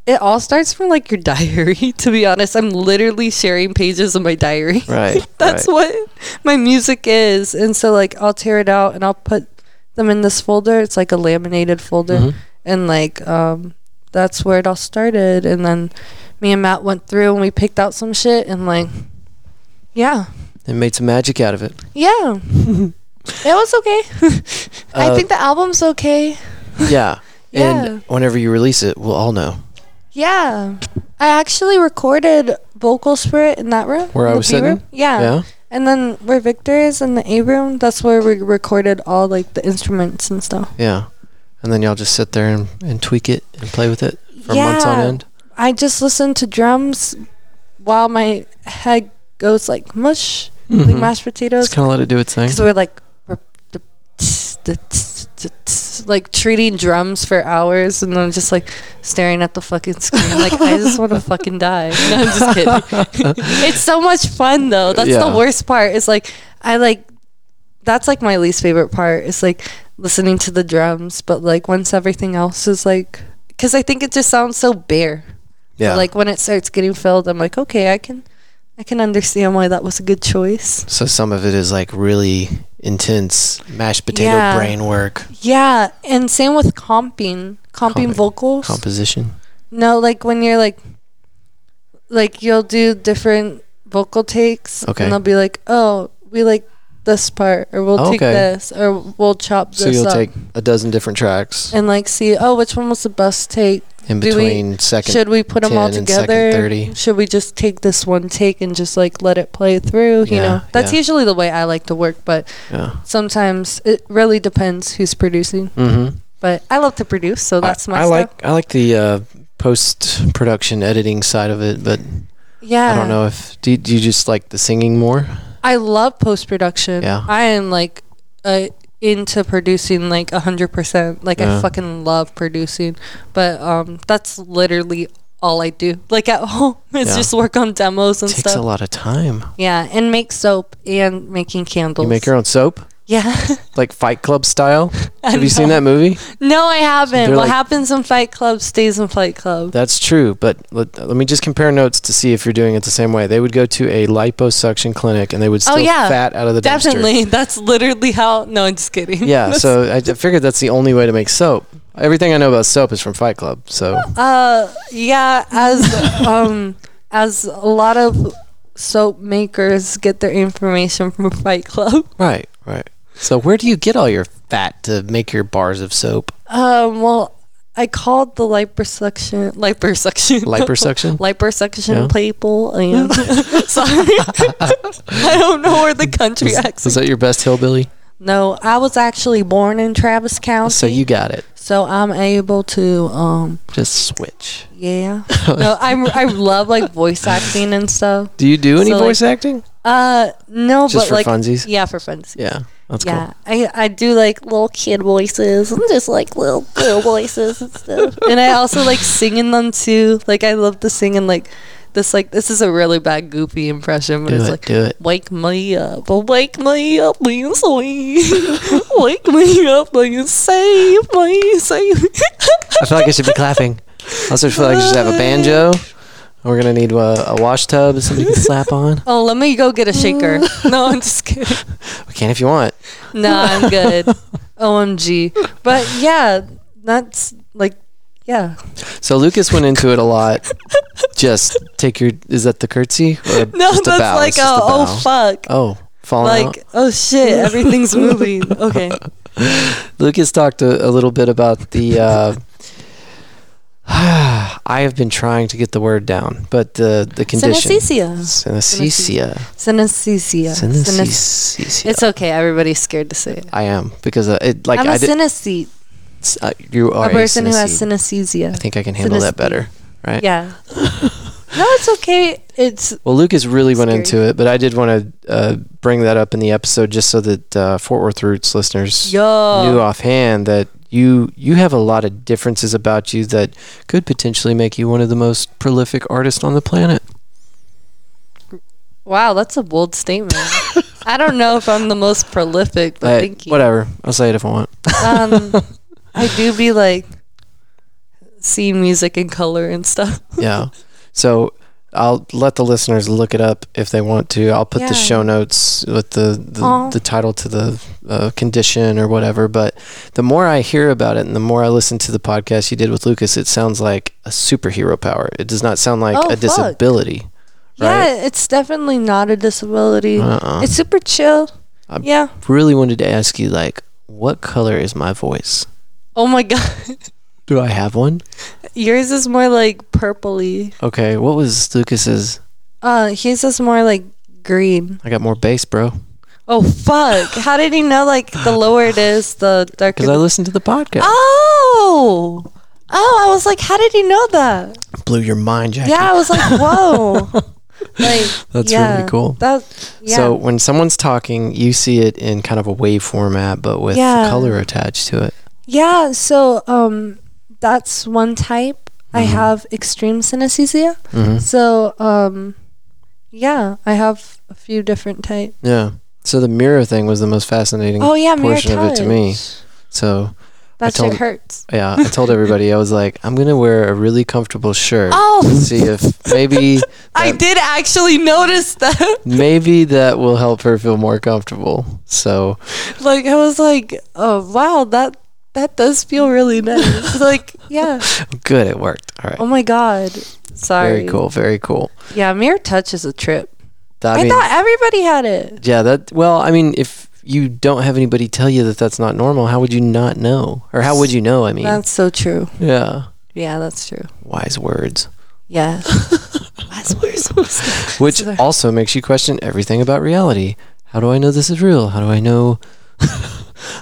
[SPEAKER 2] it all starts from like your diary. To be honest, I'm literally sharing pages of my diary.
[SPEAKER 1] Right.
[SPEAKER 2] That's what my music is. And so like I'll tear it out and I'll put them in this folder. It's like a laminated folder.
[SPEAKER 1] Mm-hmm.
[SPEAKER 2] And like um that's where it all started and then me and Matt went through and we picked out some shit and like yeah.
[SPEAKER 1] and made some magic out of it.
[SPEAKER 2] Yeah. it was okay. I
[SPEAKER 1] Uh,
[SPEAKER 2] think the album's okay.
[SPEAKER 1] Yeah.
[SPEAKER 2] Yeah.
[SPEAKER 1] And whenever you release it, we'll all know.
[SPEAKER 2] Yeah. I actually recorded vocals for it in that room.
[SPEAKER 1] Where
[SPEAKER 2] in
[SPEAKER 1] I
[SPEAKER 2] the
[SPEAKER 1] was
[SPEAKER 2] B room.
[SPEAKER 1] sitting?
[SPEAKER 2] Yeah.
[SPEAKER 1] Yeah.
[SPEAKER 2] And then where Victor is in the A room, that's where we recorded all like the instruments and stuff.
[SPEAKER 1] Yeah. And then y'all just sit there and, and tweak it and play with it for months on
[SPEAKER 2] Yeah.
[SPEAKER 1] end.
[SPEAKER 2] I just listen to drums while my head goes like mush, like
[SPEAKER 1] Mm-hmm.
[SPEAKER 2] mashed potatoes.
[SPEAKER 1] Just kind of let it do its thing.
[SPEAKER 2] Because we're like, we're the- tss, the tss, the tss, like treating drums for hours, and I'm just like staring at the fucking screen. Like I just want to fucking die. No, I'm just kidding. it's so much fun though. That's
[SPEAKER 1] Yeah.
[SPEAKER 2] the worst part. Is like I like. That's like my least favorite part. Is like listening to the drums, but like once everything else is like, because I think it just sounds so bare.
[SPEAKER 1] Yeah.
[SPEAKER 2] Like when it starts getting filled, I'm like, okay, I can, I can understand why that was a good choice.
[SPEAKER 1] so some of it is like really intense mashed potato
[SPEAKER 2] Yeah.
[SPEAKER 1] brain work
[SPEAKER 2] Yeah, and same with comping, comping
[SPEAKER 1] Comping.
[SPEAKER 2] vocals.
[SPEAKER 1] composition.
[SPEAKER 2] No, like when you're like, like you'll do different vocal takes,
[SPEAKER 1] Okay.
[SPEAKER 2] and they'll be like, "Oh, we like this part, or we'll take
[SPEAKER 1] Okay.
[SPEAKER 2] this, or we'll chop
[SPEAKER 1] So
[SPEAKER 2] this
[SPEAKER 1] you'll
[SPEAKER 2] up,"
[SPEAKER 1] take a dozen different tracks.
[SPEAKER 2] and like see, oh, which one was the best take?
[SPEAKER 1] in
[SPEAKER 2] Do we-
[SPEAKER 1] between second.
[SPEAKER 2] Should we put them all
[SPEAKER 1] 10 and second
[SPEAKER 2] together?
[SPEAKER 1] 30.
[SPEAKER 2] Should we just take this one take and just like let it play through? You
[SPEAKER 1] Yeah,
[SPEAKER 2] know, that's
[SPEAKER 1] yeah.
[SPEAKER 2] usually the way I like to work, but
[SPEAKER 1] Yeah.
[SPEAKER 2] sometimes it really depends who's producing.
[SPEAKER 1] Mm-hmm.
[SPEAKER 2] But I love to produce, so that's
[SPEAKER 1] I,
[SPEAKER 2] my
[SPEAKER 1] I
[SPEAKER 2] stuff.
[SPEAKER 1] like I like the uh, post production editing side of it, but
[SPEAKER 2] yeah,
[SPEAKER 1] I don't know if do, do you just like the singing more?
[SPEAKER 2] I love post production.
[SPEAKER 1] Yeah.
[SPEAKER 2] I am like uh, into producing like a hundred percent. Like I
[SPEAKER 1] Yeah.
[SPEAKER 2] fucking love producing, but um, that's literally all I do. Like at home, it's
[SPEAKER 1] Yeah.
[SPEAKER 2] just work on demos and
[SPEAKER 1] takes
[SPEAKER 2] stuff.
[SPEAKER 1] a lot of time.
[SPEAKER 2] Yeah, and make soap and making candles.
[SPEAKER 1] You make your own soap,
[SPEAKER 2] yeah.
[SPEAKER 1] like Fight Club style.
[SPEAKER 2] I
[SPEAKER 1] Have you seen
[SPEAKER 2] know.
[SPEAKER 1] that movie?
[SPEAKER 2] No, I haven't.
[SPEAKER 1] They're
[SPEAKER 2] What
[SPEAKER 1] like-
[SPEAKER 2] happens in Fight Club stays in Fight Club.
[SPEAKER 1] That's true, but let, let me just compare notes to see if you're doing it the same way. They would go to a liposuction clinic and they would
[SPEAKER 2] Oh,
[SPEAKER 1] still
[SPEAKER 2] yeah.
[SPEAKER 1] fat out of the dumpster.
[SPEAKER 2] Definitely. That's literally how. No, I'm just kidding.
[SPEAKER 1] Yeah,
[SPEAKER 2] That's-
[SPEAKER 1] so I d- figured that's the only way to make soap. Everything I know about soap is from Fight Club. So
[SPEAKER 2] Uh, yeah. As um, as a lot of soap makers get their information from Fight Club.
[SPEAKER 1] right, right. So where do you get all your fat to make your bars of soap?
[SPEAKER 2] Um, well, I called the liposuction, liposuction,
[SPEAKER 1] Liposuction?
[SPEAKER 2] liposuction
[SPEAKER 1] Yeah.
[SPEAKER 2] people. And sorry, I don't know where the country accent.
[SPEAKER 1] Is that your best hillbilly?
[SPEAKER 2] No, I was actually born in Travis County.
[SPEAKER 1] So you got it.
[SPEAKER 2] So I'm able to, um,
[SPEAKER 1] Just switch.
[SPEAKER 2] yeah. no, I'm, I love like voice acting and stuff.
[SPEAKER 1] Do you do any
[SPEAKER 2] So, like-
[SPEAKER 1] voice acting?
[SPEAKER 2] Uh, no,
[SPEAKER 1] Just
[SPEAKER 2] but
[SPEAKER 1] for
[SPEAKER 2] like,
[SPEAKER 1] funsies?
[SPEAKER 2] yeah, for funsies.
[SPEAKER 1] Yeah, that's
[SPEAKER 2] Yeah, I, I do like little kid voices and just like little girl voices and stuff. And I also like singing them too. Like I love to sing and like this like this is a really bad goopy impression, but
[SPEAKER 1] Do
[SPEAKER 2] it's
[SPEAKER 1] it,
[SPEAKER 2] like
[SPEAKER 1] do it.
[SPEAKER 2] wake me up, wake me up and sweet. wake me up and save me, save me.
[SPEAKER 1] I feel like I should be clapping. I also feel like I should have a banjo. We're gonna need uh, a wash tub that somebody can slap on.
[SPEAKER 2] Oh, let me go get a shaker. No, I'm just kidding.
[SPEAKER 1] We can if you want.
[SPEAKER 2] No, I'm good. OMG. But yeah, that's like yeah.
[SPEAKER 1] So Lucas went into it a lot. Just take your. Is that the curtsy or
[SPEAKER 2] No,
[SPEAKER 1] just a
[SPEAKER 2] that's
[SPEAKER 1] bow?
[SPEAKER 2] like
[SPEAKER 1] It's
[SPEAKER 2] a,
[SPEAKER 1] just a bow.
[SPEAKER 2] oh fuck.
[SPEAKER 1] Oh, falling out.
[SPEAKER 2] like oh shit, everything's moving. Okay.
[SPEAKER 1] Lucas talked a, a little bit about the. Uh, I have been trying to get the word down, but the the condition.
[SPEAKER 2] Synesthesia.
[SPEAKER 1] Synesthesia.
[SPEAKER 2] Synesthesia. Synes-
[SPEAKER 1] Synesthesia.
[SPEAKER 2] It's okay. Everybody's scared to say it.
[SPEAKER 1] I am because uh, it like
[SPEAKER 2] I'm a
[SPEAKER 1] I did,
[SPEAKER 2] synesthete,
[SPEAKER 1] uh, you are
[SPEAKER 2] a person who has
[SPEAKER 1] synesthete.
[SPEAKER 2] synesthesia.
[SPEAKER 1] I think I can handle that
[SPEAKER 2] Synesthete.
[SPEAKER 1] better. Right.
[SPEAKER 2] Yeah. no, it's okay. It's
[SPEAKER 1] Well, Lucas really went
[SPEAKER 2] Scary.
[SPEAKER 1] into it, but I did want to uh, bring that up in the episode just so that uh, Fort Worth Roots listeners knew
[SPEAKER 2] yo.
[SPEAKER 1] offhand that you you have a lot of differences about you that could potentially make you one of the most prolific artists on the planet.
[SPEAKER 2] Wow, that's a bold statement. I don't know if I'm the most prolific, but
[SPEAKER 1] Uh,
[SPEAKER 2] thank you.
[SPEAKER 1] Whatever, I'll say it if I want.
[SPEAKER 2] Um, I do be like seeing music in color and stuff.
[SPEAKER 1] yeah. So I'll let the listeners look it up if they want to. I'll put
[SPEAKER 2] Yeah.
[SPEAKER 1] the show notes with the
[SPEAKER 2] Aw.
[SPEAKER 1] the, the title to the uh, condition or whatever. But the more I hear about it and the more I listen to the podcast you did with Lucas, it sounds like a superhero power. It does not sound like
[SPEAKER 2] Oh,
[SPEAKER 1] a
[SPEAKER 2] fuck.
[SPEAKER 1] disability.
[SPEAKER 2] Yeah, it's definitely not a disability.
[SPEAKER 1] Uh-uh.
[SPEAKER 2] It's super chill.
[SPEAKER 1] I'm-
[SPEAKER 2] yeah.
[SPEAKER 1] Really wanted to ask you, like, what color is my voice?
[SPEAKER 2] Oh my god,
[SPEAKER 1] Do I have one?
[SPEAKER 2] yours is more like purpley.
[SPEAKER 1] Okay, what was Lucas's?
[SPEAKER 2] Uh, his is more like green.
[SPEAKER 1] I got more bass, bro,
[SPEAKER 2] Oh fuck! How did he know? Like the lower it is, the darker.
[SPEAKER 1] because I listened to the podcast.
[SPEAKER 2] oh, oh! I was like, how did he know that?
[SPEAKER 1] Blew your mind, Jackie.
[SPEAKER 2] Yeah, I was like, whoa. like
[SPEAKER 1] That's
[SPEAKER 2] yeah,
[SPEAKER 1] really cool.
[SPEAKER 2] That yeah.
[SPEAKER 1] So when someone's talking, you see it in kind of a wave format, but with
[SPEAKER 2] Yeah.
[SPEAKER 1] color attached to it.
[SPEAKER 2] Yeah, so um that's one type. I
[SPEAKER 1] Mm-hmm.
[SPEAKER 2] have extreme synesthesia. So um yeah, I have a few different types.
[SPEAKER 1] Yeah. So the mirror thing was the most fascinating
[SPEAKER 2] Oh yeah, mirror
[SPEAKER 1] portion of it to me.
[SPEAKER 2] touch.
[SPEAKER 1] So
[SPEAKER 2] That
[SPEAKER 1] told-
[SPEAKER 2] shit hurts.
[SPEAKER 1] yeah, I told everybody I was like, I'm gonna wear a really comfortable shirt.
[SPEAKER 2] Oh.
[SPEAKER 1] to see if maybe
[SPEAKER 2] I
[SPEAKER 1] that-
[SPEAKER 2] did actually notice that.
[SPEAKER 1] maybe that will help her feel more comfortable. So
[SPEAKER 2] like I was like, oh wow, that that does feel really nice. like yeah.
[SPEAKER 1] good, it worked. All right.
[SPEAKER 2] Oh my god. Sorry.
[SPEAKER 1] very cool. Very cool.
[SPEAKER 2] Yeah, mirror touch is a trip.
[SPEAKER 1] That-
[SPEAKER 2] I,
[SPEAKER 1] I mean,
[SPEAKER 2] thought everybody had it.
[SPEAKER 1] yeah. That well, I mean, if you don't have anybody tell you that that's not normal, how would you not know, or how would you know? I mean,
[SPEAKER 2] That's so true.
[SPEAKER 1] Yeah.
[SPEAKER 2] Yeah, that's true.
[SPEAKER 1] Wise words.
[SPEAKER 2] Yeah. Wise words.
[SPEAKER 1] Which
[SPEAKER 2] So there-
[SPEAKER 1] also makes you question everything about reality. How do I know this is real? How do I know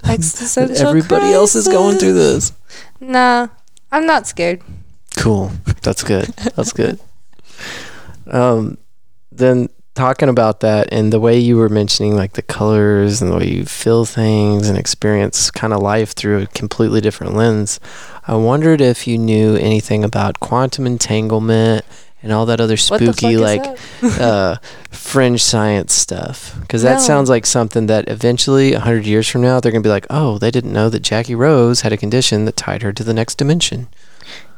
[SPEAKER 1] that
[SPEAKER 2] Existential
[SPEAKER 1] everybody else is going through
[SPEAKER 2] crisis.
[SPEAKER 1] this?
[SPEAKER 2] Nah, I'm not scared.
[SPEAKER 1] Cool. That's good. That's good. Um, then talking about that and the way you were mentioning like the colors and the way you feel things and experience kind of life through a completely different lens, I wondered if you knew anything about quantum entanglement and all that other
[SPEAKER 2] What the fuck
[SPEAKER 1] spooky
[SPEAKER 2] is
[SPEAKER 1] like
[SPEAKER 2] that?
[SPEAKER 1] uh, fringe science stuff because that
[SPEAKER 2] No.
[SPEAKER 1] sounds like something that eventually 100 years from now they're going to be like oh they didn't know that jackie rose had a condition that tied her to the next dimension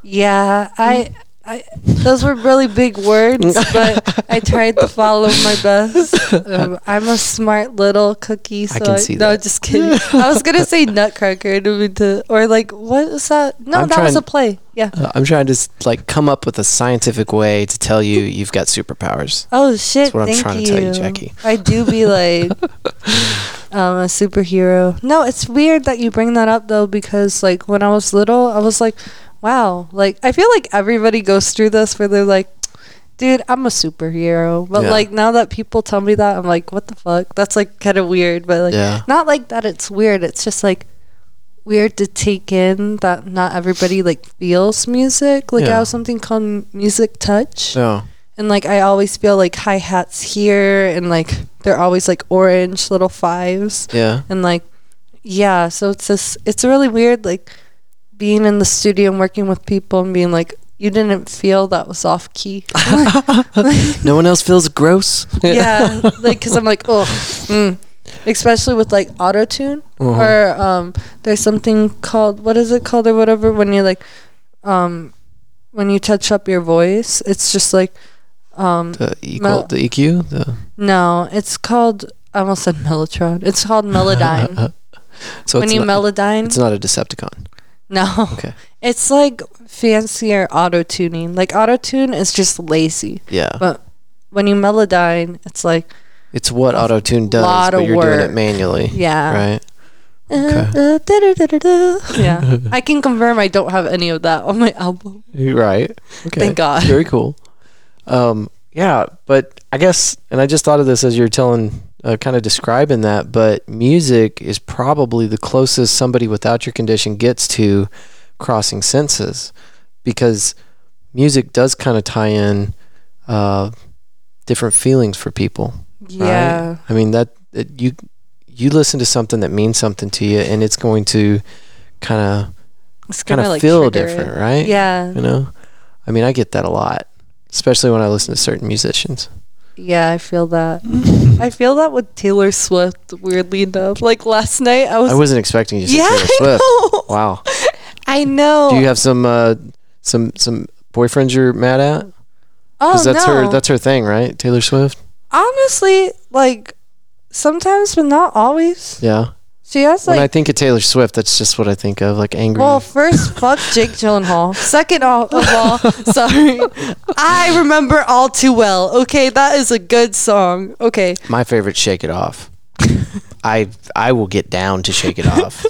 [SPEAKER 2] Yeah,
[SPEAKER 1] Mm.
[SPEAKER 2] I, I, those were really big words, but I tried to follow my best. Um, I'm a smart little cookie, so
[SPEAKER 1] I can see
[SPEAKER 2] no,
[SPEAKER 1] that.
[SPEAKER 2] just kidding. I was gonna say Nutcracker to, me to or like what was that? No,
[SPEAKER 1] I'm
[SPEAKER 2] that was
[SPEAKER 1] trying-
[SPEAKER 2] a play. Yeah.
[SPEAKER 1] Uh, i'm trying to s- like come up with a scientific way to tell you you've got superpowers
[SPEAKER 2] Oh shit!
[SPEAKER 1] That's what I'm
[SPEAKER 2] thank
[SPEAKER 1] trying
[SPEAKER 2] you.
[SPEAKER 1] to tell you, Jackie.
[SPEAKER 2] I do be like um, a superhero. No, it's weird that you bring that up though, because like when I was little, I was like, wow. Like I feel like everybody goes through this where they're like, dude, I'm a superhero. But
[SPEAKER 1] Yeah.
[SPEAKER 2] like now that people tell me that, I'm like, what the fuck? That's like kind of weird. But like,
[SPEAKER 1] Yeah.
[SPEAKER 2] not like that. It's weird. It's just like weird to take in that not everybody like feels music. Like I
[SPEAKER 1] Yeah.
[SPEAKER 2] have something called m- music touch
[SPEAKER 1] so
[SPEAKER 2] and like I always feel like hi hats here, and like they're always like orange little fives,
[SPEAKER 1] yeah
[SPEAKER 2] and like yeah. So it's this. It's really weird, like being in the studio and working with people and being like, you didn't feel that was off key.
[SPEAKER 1] no one else feels gross
[SPEAKER 2] yeah, like because I'm like oh, mm. especially with like auto tune
[SPEAKER 1] Uh-huh.
[SPEAKER 2] or um, there's something called what is it called or whatever when you like um, when you touch up your voice, it's just like um
[SPEAKER 1] the equal
[SPEAKER 2] Mel-
[SPEAKER 1] the eq the,
[SPEAKER 2] No, it's called. I almost said Mellotron. It's called Melodyne.
[SPEAKER 1] so
[SPEAKER 2] when
[SPEAKER 1] it's
[SPEAKER 2] you
[SPEAKER 1] not,
[SPEAKER 2] Melodyne,
[SPEAKER 1] it's not a decepticon
[SPEAKER 2] no,
[SPEAKER 1] okay
[SPEAKER 2] it's like fancier auto tuning. Like auto tune is just lazy,
[SPEAKER 1] yeah
[SPEAKER 2] but when you Melodyne, it's like
[SPEAKER 1] it's what auto tune does
[SPEAKER 2] lot
[SPEAKER 1] but
[SPEAKER 2] of
[SPEAKER 1] you're doing
[SPEAKER 2] work.
[SPEAKER 1] it manually
[SPEAKER 2] yeah,
[SPEAKER 1] right
[SPEAKER 2] Uh, uh, da-da-da-da-da. yeah. I can confirm I don't have any of that on my album.
[SPEAKER 1] right okay
[SPEAKER 2] Thank God.
[SPEAKER 1] Very cool. Um, yeah, but I guess, and I just thought of this as you're telling, uh, kind of describing that, but music is probably the closest somebody without your condition gets to crossing senses because music does kind of tie in uh, different feelings for people. right?
[SPEAKER 2] Yeah,
[SPEAKER 1] I mean, that, that you, you listen to something that means something to you and it's going to kind of
[SPEAKER 2] it's
[SPEAKER 1] kind of
[SPEAKER 2] gonna, like,
[SPEAKER 1] feel
[SPEAKER 2] trigger it.
[SPEAKER 1] different, right?
[SPEAKER 2] Yeah,
[SPEAKER 1] you know i mean i get that a lot especially when i listen to certain musicians
[SPEAKER 2] yeah, I feel that. I feel that with Taylor Swift. Weirdly enough, like last night, I was.
[SPEAKER 1] i wasn't expecting you to say
[SPEAKER 2] yeah,
[SPEAKER 1] Taylor
[SPEAKER 2] I
[SPEAKER 1] Swift.
[SPEAKER 2] know.
[SPEAKER 1] wow
[SPEAKER 2] I know.
[SPEAKER 1] do you have some uh some some boyfriends you're mad at
[SPEAKER 2] oh
[SPEAKER 1] because that's
[SPEAKER 2] no!
[SPEAKER 1] her that's her thing right taylor swift
[SPEAKER 2] Honestly, like sometimes, but not always.
[SPEAKER 1] yeah
[SPEAKER 2] She has
[SPEAKER 1] when i
[SPEAKER 2] like.
[SPEAKER 1] think of taylor swift that's just what i think of like angry
[SPEAKER 2] Well, first, fuck Jake Gyllenhaal. Second of of all, sorry, I remember all too well. Okay, that is a good song. Okay,
[SPEAKER 1] my favorite shake it off i i will get down to shake it off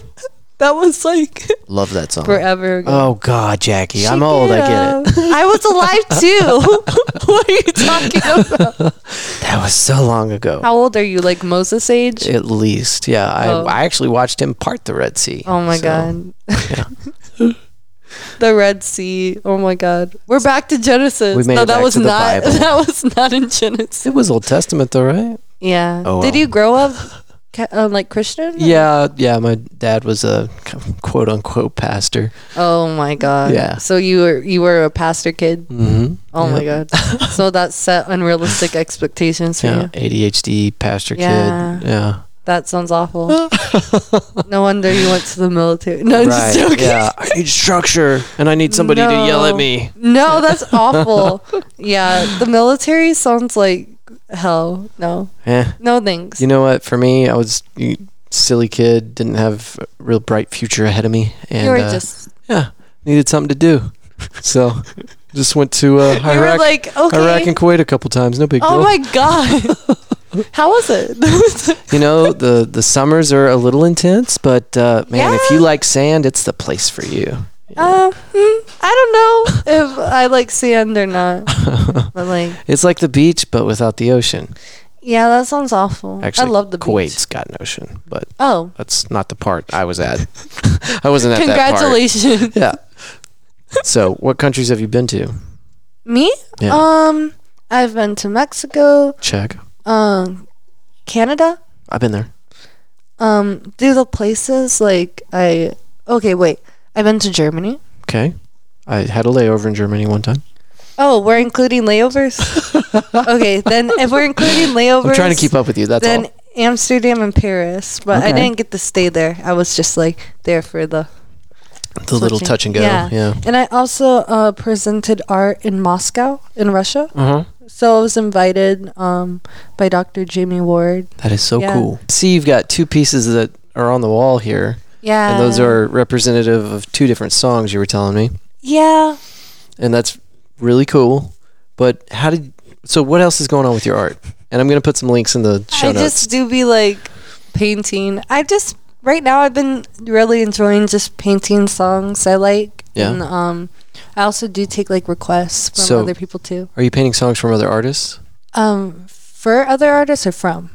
[SPEAKER 2] that was like
[SPEAKER 1] love that song
[SPEAKER 2] forever ago.
[SPEAKER 1] oh god jackie i'm old i get it
[SPEAKER 2] I was alive too. what are you talking about?
[SPEAKER 1] that was so long ago
[SPEAKER 2] How old are you? Like Moses age?
[SPEAKER 1] at least yeah
[SPEAKER 2] Oh.
[SPEAKER 1] I, I actually watched him part the red sea
[SPEAKER 2] Oh my
[SPEAKER 1] so-
[SPEAKER 2] god. the Red Sea. Oh my god. We're back to Genesis.
[SPEAKER 1] We made
[SPEAKER 2] no,
[SPEAKER 1] it
[SPEAKER 2] that
[SPEAKER 1] back
[SPEAKER 2] was
[SPEAKER 1] to the
[SPEAKER 2] not
[SPEAKER 1] Bible.
[SPEAKER 2] that was not in Genesis.
[SPEAKER 1] It was Old Testament, though, right?
[SPEAKER 2] Yeah.
[SPEAKER 1] Oh,
[SPEAKER 2] Did
[SPEAKER 1] well.
[SPEAKER 2] you grow up ca- uh, like Christian?
[SPEAKER 1] Yeah, yeah. My dad was a quote unquote pastor.
[SPEAKER 2] Oh my god.
[SPEAKER 1] Yeah.
[SPEAKER 2] So you were you were a pastor kid.
[SPEAKER 1] Mm-hmm.
[SPEAKER 2] Oh my god. so that set unrealistic expectations for
[SPEAKER 1] Yeah,
[SPEAKER 2] you.
[SPEAKER 1] ADHD pastor
[SPEAKER 2] Yeah.
[SPEAKER 1] kid. Yeah,
[SPEAKER 2] That sounds awful. no wonder you went to the military. No, I'm just joking.
[SPEAKER 1] Yeah, I need structure, and I need somebody to yell at
[SPEAKER 2] No.
[SPEAKER 1] me.
[SPEAKER 2] No, that's awful. yeah, the military sounds like hell. No,
[SPEAKER 1] Eh.
[SPEAKER 2] no thanks.
[SPEAKER 1] You know what? For me, I was a silly kid, didn't have a real bright future ahead of me, and
[SPEAKER 2] you were
[SPEAKER 1] uh,
[SPEAKER 2] just
[SPEAKER 1] yeah, needed something to do. So, just went to uh,
[SPEAKER 2] you were
[SPEAKER 1] Iraq,
[SPEAKER 2] like okay.
[SPEAKER 1] Iraq and Kuwait a couple times. No big deal.
[SPEAKER 2] oh my god, how was it?
[SPEAKER 1] You know, the the summers are a little intense, but uh, man, if you
[SPEAKER 2] Yeah.
[SPEAKER 1] like sand, it's the place for you.
[SPEAKER 2] Uh, mm, I don't know if I like sand or not. but like,
[SPEAKER 1] It's like the beach, but without the ocean.
[SPEAKER 2] yeah, that sounds awful.
[SPEAKER 1] Actually,
[SPEAKER 2] I love the beach.
[SPEAKER 1] Kuwait's got an ocean, but
[SPEAKER 2] Oh,
[SPEAKER 1] that's not the part I was at. I wasn't at
[SPEAKER 2] congratulations.
[SPEAKER 1] that part. Yeah. So, what countries have you been to?
[SPEAKER 2] Me?
[SPEAKER 1] Yeah.
[SPEAKER 2] Um, I've been to Mexico,
[SPEAKER 1] Czech.
[SPEAKER 2] um, Canada.
[SPEAKER 1] I've been there.
[SPEAKER 2] Um, these are places like I. Okay, wait. I've been to Germany.
[SPEAKER 1] Okay. I had a layover in Germany one time.
[SPEAKER 2] Oh, we're including layovers. okay, then if we're including layovers,
[SPEAKER 1] I'm trying to keep up with you. That's
[SPEAKER 2] Then
[SPEAKER 1] all.
[SPEAKER 2] Amsterdam and Paris, but I
[SPEAKER 1] Okay.
[SPEAKER 2] didn't get to stay there. I was just like there for the
[SPEAKER 1] The little
[SPEAKER 2] switching.
[SPEAKER 1] touch and go.
[SPEAKER 2] Yeah.
[SPEAKER 1] Yeah.
[SPEAKER 2] And I also uh, presented art in Moscow in Russia.
[SPEAKER 1] Uh-huh.
[SPEAKER 2] So I was invited um, by Dr. Jamie Ward.
[SPEAKER 1] That is so
[SPEAKER 2] Yeah.
[SPEAKER 1] cool. See, you've got two pieces that are on the wall here,
[SPEAKER 2] Yeah.
[SPEAKER 1] and those are representative of two different songs you were telling me,
[SPEAKER 2] Yeah.
[SPEAKER 1] and that's really cool. But how did? So, what else is going on with your art? And I'm gonna put some links in the show
[SPEAKER 2] I
[SPEAKER 1] notes.
[SPEAKER 2] just do be like painting. I just right now I've been really enjoying just painting songs I like.
[SPEAKER 1] Yeah.
[SPEAKER 2] And um I also do take like requests from
[SPEAKER 1] So-
[SPEAKER 2] other people too.
[SPEAKER 1] Are you painting songs from other artists?
[SPEAKER 2] Um for other artists or from?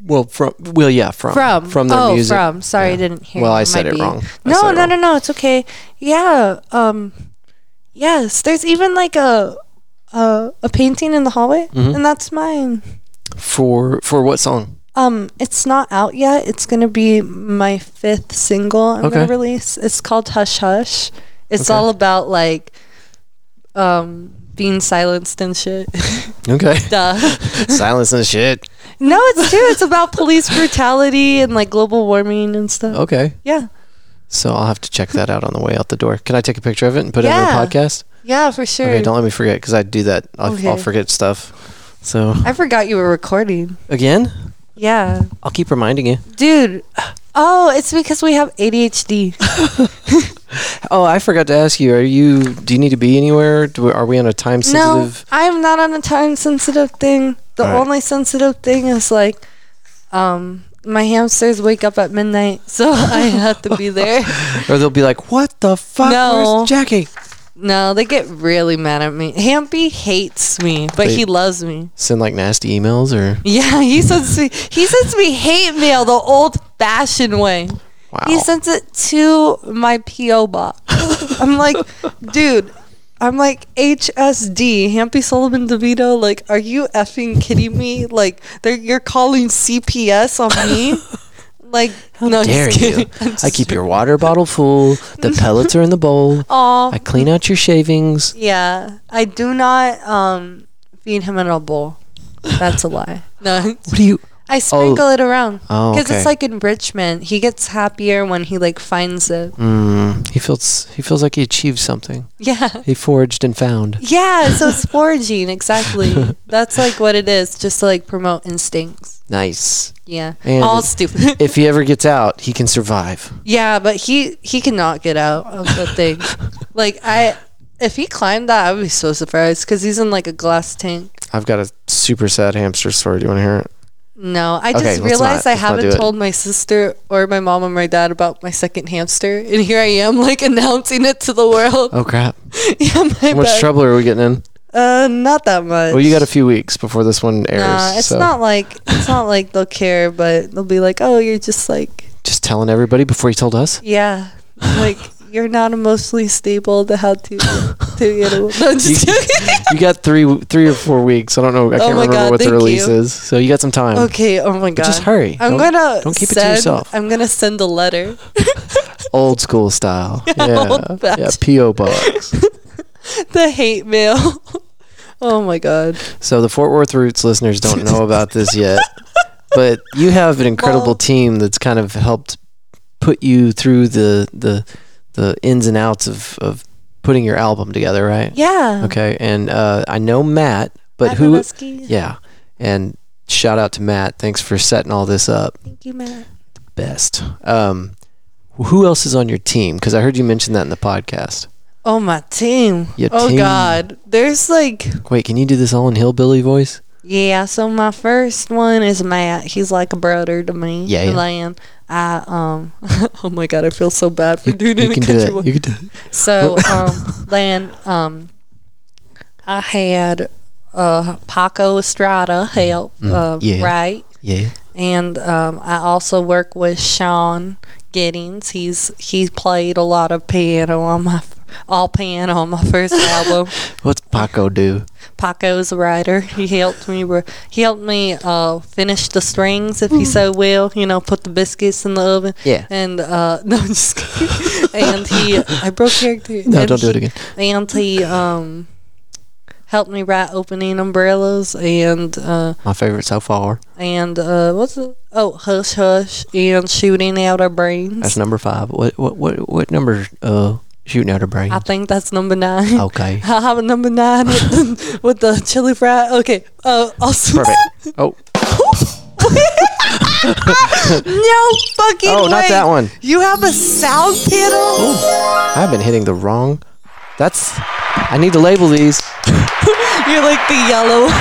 [SPEAKER 1] Well, from well, yeah, from
[SPEAKER 2] From
[SPEAKER 1] from their
[SPEAKER 2] oh,
[SPEAKER 1] music.
[SPEAKER 2] From sorry, I
[SPEAKER 1] Yeah.
[SPEAKER 2] didn't hear.
[SPEAKER 1] Well,
[SPEAKER 2] you.
[SPEAKER 1] I
[SPEAKER 2] It
[SPEAKER 1] said
[SPEAKER 2] might
[SPEAKER 1] it
[SPEAKER 2] be-
[SPEAKER 1] wrong. I
[SPEAKER 2] No,
[SPEAKER 1] said it
[SPEAKER 2] no, no,
[SPEAKER 1] wrong.
[SPEAKER 2] no. It's okay. Yeah. Um. Yes. There's even like a a, a painting in the hallway,
[SPEAKER 1] Mm-hmm.
[SPEAKER 2] and that's mine.
[SPEAKER 1] For for what song?
[SPEAKER 2] Um, it's not out yet. It's gonna be my fifth single I'm gonna
[SPEAKER 1] Okay.
[SPEAKER 2] release. It's called Hush Hush. It's
[SPEAKER 1] Okay.
[SPEAKER 2] all about like, um, being silenced and shit.
[SPEAKER 1] Okay,
[SPEAKER 2] Duh.
[SPEAKER 1] silence and shit.
[SPEAKER 2] no, it's true. It's about police brutality and like global warming and stuff.
[SPEAKER 1] Okay,
[SPEAKER 2] Yeah.
[SPEAKER 1] so I'll have to check that out on the way out the door. Can I take a picture of it and put it in
[SPEAKER 2] Yeah.
[SPEAKER 1] the podcast?
[SPEAKER 2] Yeah, for sure.
[SPEAKER 1] Okay, don't let me forget because I do that. I'll, I'll
[SPEAKER 2] Okay.
[SPEAKER 1] forget stuff. So
[SPEAKER 2] I forgot you were recording.
[SPEAKER 1] again,
[SPEAKER 2] Yeah.
[SPEAKER 1] I'll keep reminding you.
[SPEAKER 2] Dude. Oh, it's because we have ADHD.
[SPEAKER 1] Oh, I forgot to ask you. Are you? Do you need to be anywhere? Do we, are we on a time
[SPEAKER 2] no,
[SPEAKER 1] sensitive?
[SPEAKER 2] I'm not on a time sensitive thing. The
[SPEAKER 1] All right.
[SPEAKER 2] only sensitive thing is like, um, my hamsters wake up at midnight, so I have to be there.
[SPEAKER 1] Or they'll be like, "What the fuck,
[SPEAKER 2] No.
[SPEAKER 1] Where's Jackie?"
[SPEAKER 2] No, they get really mad at me. Hampy hates me, but
[SPEAKER 1] They-
[SPEAKER 2] he loves me.
[SPEAKER 1] Send like nasty emails or
[SPEAKER 2] Yeah, he sends me. He sends me hate mail the old-fashioned way.
[SPEAKER 1] wow.
[SPEAKER 2] He sends it to my PO box. I'm like, dude. I'm like HSD, Hampy Solomon DeVito. Like, are you effing kidding me? Like, they're, you're calling CPS on me? like, no,
[SPEAKER 1] dare
[SPEAKER 2] just
[SPEAKER 1] you?
[SPEAKER 2] kidding. I'm
[SPEAKER 1] I
[SPEAKER 2] just-
[SPEAKER 1] keep your water bottle full. The pellets are in the bowl.
[SPEAKER 2] Aw,
[SPEAKER 1] I clean out your shavings.
[SPEAKER 2] yeah. I do not um feed him in a bowl. That's a lie. No,
[SPEAKER 1] What do you?
[SPEAKER 2] I sprinkle it around
[SPEAKER 1] Oh,
[SPEAKER 2] because
[SPEAKER 1] okay.
[SPEAKER 2] it's like enrichment. He gets happier when he like finds it.
[SPEAKER 1] Mm, he feels he feels like he achieved something.
[SPEAKER 2] Yeah.
[SPEAKER 1] He forged and found.
[SPEAKER 2] Yeah, so it's foraging, exactly. That's like what it is, just to like promote instincts.
[SPEAKER 1] Nice.
[SPEAKER 2] Yeah.
[SPEAKER 1] And
[SPEAKER 2] All
[SPEAKER 1] it-
[SPEAKER 2] stupid.
[SPEAKER 1] If he ever gets out, he can survive.
[SPEAKER 2] yeah, but he he cannot get out of the thing. like I if he climbed that, I would be so surprised cuz he's in like a glass tank.
[SPEAKER 1] I've got a super sad hamster story. Do you want to hear it?
[SPEAKER 2] No, I
[SPEAKER 1] Okay,
[SPEAKER 2] just
[SPEAKER 1] let's not-
[SPEAKER 2] realized I
[SPEAKER 1] let's not do
[SPEAKER 2] haven't
[SPEAKER 1] it.
[SPEAKER 2] told my sister or my mom or my dad about my second hamster, and here I am like announcing it to the world.
[SPEAKER 1] Oh crap!
[SPEAKER 2] yeah, my
[SPEAKER 1] How much
[SPEAKER 2] bad.
[SPEAKER 1] trouble are we getting in?
[SPEAKER 2] Uh, not that much.
[SPEAKER 1] Well, you got a few weeks before this one airs.
[SPEAKER 2] Nah, it's
[SPEAKER 1] so
[SPEAKER 2] not like it's not like they'll care, but they'll be like, "Oh, you're just like,
[SPEAKER 1] just telling everybody before you told us.
[SPEAKER 2] yeah, like you're not emotionally stable to how to to animal." No, I'm just kidding.
[SPEAKER 1] You got three, three or four weeks. I don't know. I can't
[SPEAKER 2] Oh my
[SPEAKER 1] remember
[SPEAKER 2] God,
[SPEAKER 1] what the
[SPEAKER 2] thank
[SPEAKER 1] release
[SPEAKER 2] you.
[SPEAKER 1] is. So you got some time.
[SPEAKER 2] okay. Oh my god.
[SPEAKER 1] But just hurry.
[SPEAKER 2] I'm
[SPEAKER 1] Don't-
[SPEAKER 2] gonna
[SPEAKER 1] don't keep it to
[SPEAKER 2] send,
[SPEAKER 1] yourself.
[SPEAKER 2] I'm gonna send a letter.
[SPEAKER 1] old school style.
[SPEAKER 2] Yeah,
[SPEAKER 1] Yeah,
[SPEAKER 2] old
[SPEAKER 1] yeah,
[SPEAKER 2] fashioned.
[SPEAKER 1] PO box.
[SPEAKER 2] the hate mail. oh my god.
[SPEAKER 1] so the Fort Worth Roots listeners don't know about this yet, but you have an incredible
[SPEAKER 2] Well-
[SPEAKER 1] team that's kind of helped put you through the the the ins and outs of of putting your album together, right?
[SPEAKER 2] Yeah.
[SPEAKER 1] Okay, and uh, I know Matt, but who?
[SPEAKER 2] Abernusky.
[SPEAKER 1] Yeah, and shout out to Matt. Thanks for setting all this up.
[SPEAKER 2] Thank you, Matt.
[SPEAKER 1] Best. Um, who else is on your team? Because I heard you mention that in the podcast.
[SPEAKER 2] Oh my team.
[SPEAKER 1] Your
[SPEAKER 2] oh
[SPEAKER 1] team.
[SPEAKER 2] god. There's like
[SPEAKER 1] Wait, can you do this all in hillbilly voice?
[SPEAKER 2] Yeah, so my first one is Matt. He's like a brother to me.
[SPEAKER 1] Yeah, yeah.
[SPEAKER 2] And then I um oh my god, I feel so bad for doing
[SPEAKER 1] You
[SPEAKER 2] it.
[SPEAKER 1] can
[SPEAKER 2] in
[SPEAKER 1] do
[SPEAKER 2] country
[SPEAKER 1] it.
[SPEAKER 2] boy.
[SPEAKER 1] You can do it.
[SPEAKER 2] So um then um I had uh Paco Estrada help uh,
[SPEAKER 1] Mm-hmm. Mm, yeah.
[SPEAKER 2] right.
[SPEAKER 1] Yeah.
[SPEAKER 2] And um I also work with Sean Giddings. He's he played a lot of piano on my all piano on my first album.
[SPEAKER 1] What's Paco do?
[SPEAKER 2] Paco's a writer. He helped me. re- He helped me uh, finish the strings, if you so will. You know, put the biscuits in the oven.
[SPEAKER 1] Mm. Yeah.
[SPEAKER 2] And uh, no, I'm just kidding. and he, I broke character.
[SPEAKER 1] No,
[SPEAKER 2] And
[SPEAKER 1] don't do it
[SPEAKER 2] he-
[SPEAKER 1] again.
[SPEAKER 2] And he um, helped me write opening umbrellas and uh,
[SPEAKER 1] My favorite so far.
[SPEAKER 2] and uh, what's it? Oh, hush hush and shooting out our brains.
[SPEAKER 1] That's number five. What what what what number? Uh, shooting out her brain.
[SPEAKER 2] I think that's number nine.
[SPEAKER 1] Okay.
[SPEAKER 2] I have a number nine with the, with the chili fry. Okay. Uh, also.
[SPEAKER 1] Perfect. Oh.
[SPEAKER 2] No fucking
[SPEAKER 1] Oh, not
[SPEAKER 2] way.
[SPEAKER 1] that one.
[SPEAKER 2] You have a sound pedal?
[SPEAKER 1] I've been hitting the wrong. That's. I need to label these.
[SPEAKER 2] You're like the yellow.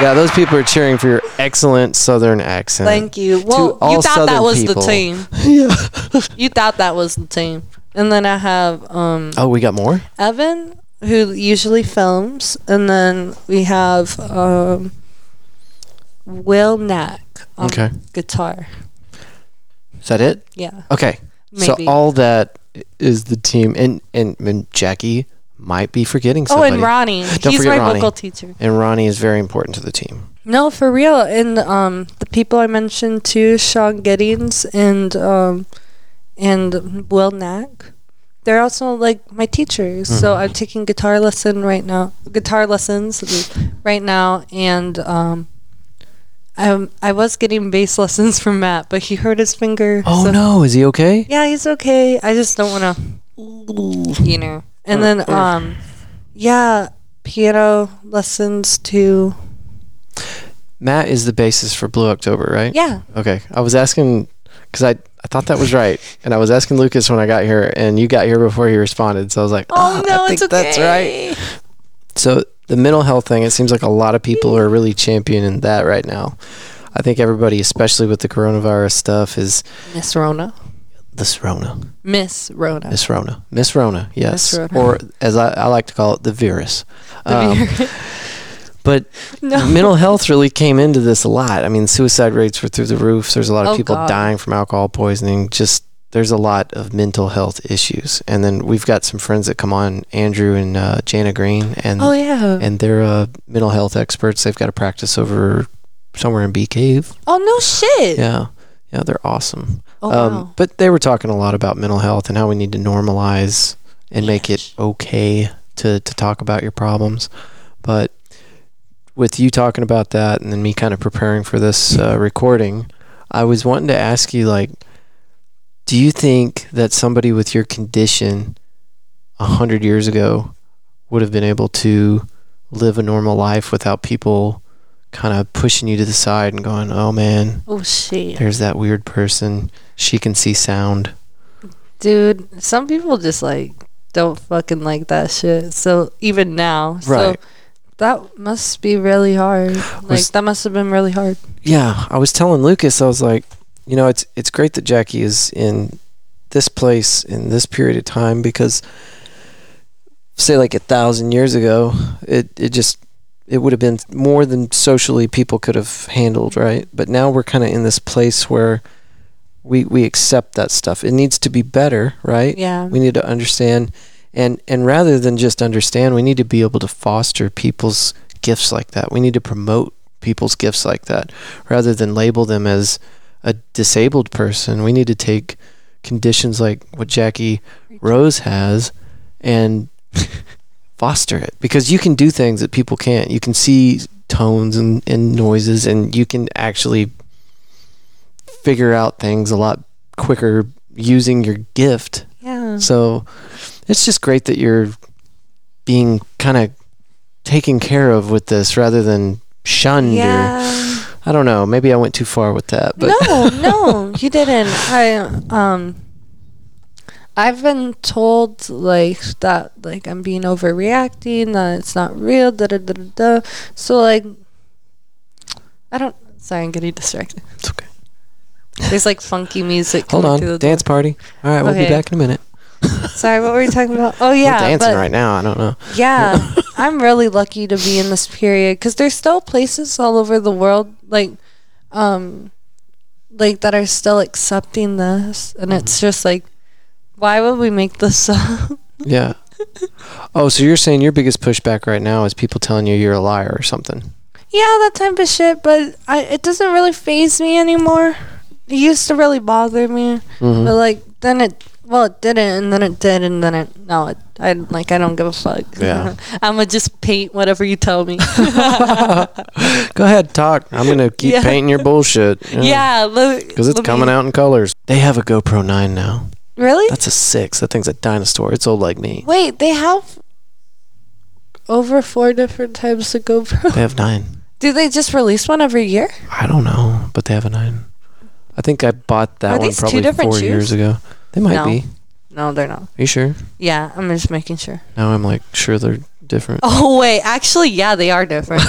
[SPEAKER 1] Yeah, those people are cheering for your excellent Southern accent.
[SPEAKER 2] Thank you. Well,
[SPEAKER 1] all
[SPEAKER 2] you thought
[SPEAKER 1] Southern
[SPEAKER 2] that was
[SPEAKER 1] people.
[SPEAKER 2] the team.
[SPEAKER 1] Yeah.
[SPEAKER 2] You thought that was the team. And then I have um,
[SPEAKER 1] Oh, we got more.
[SPEAKER 2] Evan, who usually films. And then we have um, Will Knack on
[SPEAKER 1] Okay.
[SPEAKER 2] guitar.
[SPEAKER 1] Is that it?
[SPEAKER 2] Yeah.
[SPEAKER 1] Okay.
[SPEAKER 2] Maybe.
[SPEAKER 1] So all that is the team, and and, and Jackie might be forgetting
[SPEAKER 2] Oh,
[SPEAKER 1] somebody.
[SPEAKER 2] and Ronnie. He's
[SPEAKER 1] forget
[SPEAKER 2] my
[SPEAKER 1] Ronnie.
[SPEAKER 2] vocal teacher.
[SPEAKER 1] And Ronnie is very important to the team.
[SPEAKER 2] No, for real. And um, the people I mentioned too, Sean Giddings and um, and Will Knack, they're also like my teachers. So
[SPEAKER 1] Mm-hmm.
[SPEAKER 2] I'm taking guitar lesson right now, guitar lessons right now, and um, I I was getting bass lessons from Matt, but he hurt his finger.
[SPEAKER 1] Oh
[SPEAKER 2] so-
[SPEAKER 1] no, is he okay?
[SPEAKER 2] yeah, he's okay. I just don't want to, you know. And then, um, yeah, piano lessons too.
[SPEAKER 1] Matt is the bassist for Blue October, right?
[SPEAKER 2] Yeah,
[SPEAKER 1] Okay. I was asking because I I thought that was right, and I was asking Lucas when I got here, and you got here before he responded, so I was like,
[SPEAKER 2] Oh,
[SPEAKER 1] "Ah,
[SPEAKER 2] no,
[SPEAKER 1] I
[SPEAKER 2] it's
[SPEAKER 1] think that's right.
[SPEAKER 2] okay.
[SPEAKER 1] So the mental health thing, it seems like a lot of people are really championing that right now. I think everybody, especially with the coronavirus stuff, is
[SPEAKER 2] Miss Rona.
[SPEAKER 1] this Rona,
[SPEAKER 2] Miss Rona.
[SPEAKER 1] Miss Rona, Miss Rona, yes,
[SPEAKER 2] Rona.
[SPEAKER 1] or as I, I like to call it, the virus. Um, but
[SPEAKER 2] No.
[SPEAKER 1] mental health really came into this a lot. I mean, suicide rates were through the roof. There's a lot of
[SPEAKER 2] Oh,
[SPEAKER 1] people
[SPEAKER 2] God.
[SPEAKER 1] dying from alcohol poisoning. Just there's a lot of mental health issues. And then we've got some friends that come on, Andrew and uh, Jana Green, and
[SPEAKER 2] oh yeah.
[SPEAKER 1] and they're uh, mental health experts. They've got a practice over somewhere in Bee Cave.
[SPEAKER 2] oh no shit.
[SPEAKER 1] Yeah. Yeah, they're awesome.
[SPEAKER 2] Oh
[SPEAKER 1] um,
[SPEAKER 2] wow.
[SPEAKER 1] But they were talking a lot about mental health and how we need to normalize and make it okay to, to talk about your problems. But with you talking about that and then me kind of preparing for this uh, recording, I was wanting to ask you like, do you think that somebody with your condition a hundred years ago would have been able to live a normal life without people kind of pushing you to the side and going, "Oh man,
[SPEAKER 2] Oh shit,
[SPEAKER 1] there's that weird person. She can see sound.
[SPEAKER 2] dude. Some people just like don't fucking like that shit. So even now, so
[SPEAKER 1] Right.
[SPEAKER 2] that must be really hard. Like
[SPEAKER 1] Was-
[SPEAKER 2] that must have been really hard.
[SPEAKER 1] Yeah, I was telling Lucas, I was like, you know, it's it's great that Jackie is in this place in this period of time because say like a thousand years ago, it, it just it would have been more than socially people could have handled, right? But now we're kinda in this place where we we accept that stuff. It needs to be better, right?
[SPEAKER 2] Yeah.
[SPEAKER 1] we need to understand and and rather than just understand we need to be able to foster people's gifts like that we need to promote people's gifts like that rather than label them as a disabled person we need to take conditions like what Jackie Rose has and foster it because you can do things that people can't you can see tones and, and noises and you can actually figure out things a lot quicker using your gift
[SPEAKER 2] Yeah.
[SPEAKER 1] so it's just great that you're being kind of taken care of with this rather than shunned
[SPEAKER 2] Yeah.
[SPEAKER 1] or I don't know, maybe I went too far with that, but
[SPEAKER 2] no, no, you didn't. I um I've been told like that like I'm being overreacting, that it's not real, da da da da. da. So like I don't. Sorry, I'm getting distracted.
[SPEAKER 1] It's okay.
[SPEAKER 2] There's like funky music.
[SPEAKER 1] Hold
[SPEAKER 2] coming through
[SPEAKER 1] on.
[SPEAKER 2] the
[SPEAKER 1] Dance party. All right, we'll be
[SPEAKER 2] Okay.
[SPEAKER 1] back in a minute.
[SPEAKER 2] Sorry, what were we talking about? Oh yeah,
[SPEAKER 1] We're dancing
[SPEAKER 2] but-
[SPEAKER 1] right now. I don't know.
[SPEAKER 2] Yeah, I'm really lucky to be in this period because there's still places all over the world like, um, like that are still accepting this, and
[SPEAKER 1] Mm-hmm.
[SPEAKER 2] it's just like, why would we make this up?
[SPEAKER 1] Yeah. Oh, so you're saying your biggest pushback right now is people telling you you're a liar or something?
[SPEAKER 2] yeah, that type of shit. But I, it doesn't really phase me anymore. It used to really bother me,
[SPEAKER 1] Mm-hmm.
[SPEAKER 2] but like then it. Well, it didn't, and then it did, and then it no. It, I like I don't give a fuck.
[SPEAKER 1] Yeah.
[SPEAKER 2] I'm gonna just paint whatever you tell me.
[SPEAKER 1] Go ahead, talk. I'm gonna keep
[SPEAKER 2] Yeah.
[SPEAKER 1] painting your bullshit.
[SPEAKER 2] yeah, because
[SPEAKER 1] Because it's coming out in colors. They have a GoPro 9 now.
[SPEAKER 2] Really?
[SPEAKER 1] That's a 6. That thing's a dinosaur. It's old like me.
[SPEAKER 2] Wait, they have over four different types of GoPro.
[SPEAKER 1] They have 9.
[SPEAKER 2] Do they just release one every year?
[SPEAKER 1] I don't know, but they have a 9. I think I bought that
[SPEAKER 2] Are
[SPEAKER 1] one
[SPEAKER 2] these two
[SPEAKER 1] probably
[SPEAKER 2] different
[SPEAKER 1] 4
[SPEAKER 2] shoes?
[SPEAKER 1] years ago. They might
[SPEAKER 2] No.
[SPEAKER 1] be. Are
[SPEAKER 2] No, they're not.
[SPEAKER 1] you sure?
[SPEAKER 2] Yeah, I'm just making sure.
[SPEAKER 1] Now I'm like sure they're different.
[SPEAKER 2] Oh wait, actually, yeah, they are different.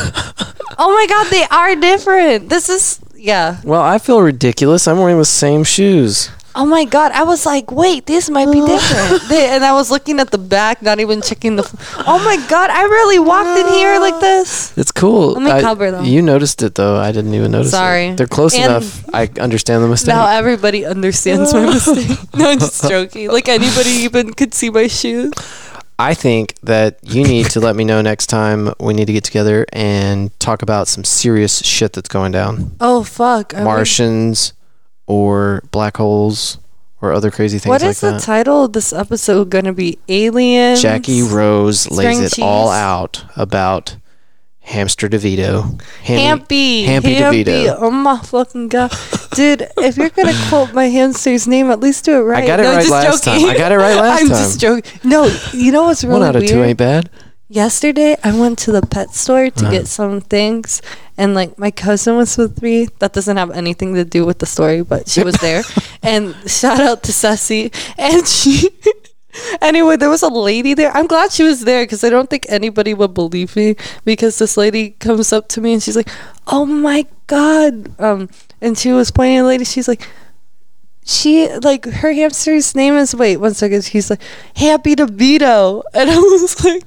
[SPEAKER 2] oh my god, they are different. This is yeah.
[SPEAKER 1] Well, I feel ridiculous. I'm wearing the same shoes.
[SPEAKER 2] Oh my god, I was like, wait, these might
[SPEAKER 1] Oh.
[SPEAKER 2] be different. They, and I was looking at the back, not even checking the. Oh my god, I really walked in here like this.
[SPEAKER 1] It's cool.
[SPEAKER 2] Let me
[SPEAKER 1] I-
[SPEAKER 2] cover them.
[SPEAKER 1] You noticed it though. I didn't even notice. it.
[SPEAKER 2] Sorry.
[SPEAKER 1] They're close
[SPEAKER 2] And-
[SPEAKER 1] enough. I understand the mistake.
[SPEAKER 2] Now everybody understands my mistake. No, I'm just joking. Like anybody even could see my shoes.
[SPEAKER 1] I think that you need to let me know next time we need to get together and talk about some serious shit that's going down.
[SPEAKER 2] Oh fuck! I would-
[SPEAKER 1] Martians or black holes or other crazy things
[SPEAKER 2] What
[SPEAKER 1] like
[SPEAKER 2] is
[SPEAKER 1] that.
[SPEAKER 2] the title of this episode going to be? Aliens.
[SPEAKER 1] Jackie Rose lays
[SPEAKER 2] String
[SPEAKER 1] it all
[SPEAKER 2] cheese.
[SPEAKER 1] out about Hamster DeVito. Hammy-
[SPEAKER 2] Hampy.
[SPEAKER 1] Hampy DeVito.
[SPEAKER 2] Oh my fucking god, dude! If you're gonna quote my hamster's name, at least do it right.
[SPEAKER 1] I got it
[SPEAKER 2] No, I'm
[SPEAKER 1] right
[SPEAKER 2] just
[SPEAKER 1] last
[SPEAKER 2] joking.
[SPEAKER 1] time. I got it right last
[SPEAKER 2] I'm
[SPEAKER 1] time.
[SPEAKER 2] just joking. No, you know what's really
[SPEAKER 1] One out of
[SPEAKER 2] weird?
[SPEAKER 1] two ain't bad.
[SPEAKER 2] Yesterday, I went to the pet store to get some things, and like my cousin was with me. That doesn't have anything to do with the story, but she was there. and shout out to Sassy. And she, anyway, there was a lady there. I'm glad she was there because I don't think anybody would believe me because this lady comes up to me and she's like, "Oh my god!" Um, and she was pointing at the lady. She's like. She like her hamster's name is wait one second. She's like Happy DeVito, and I was like,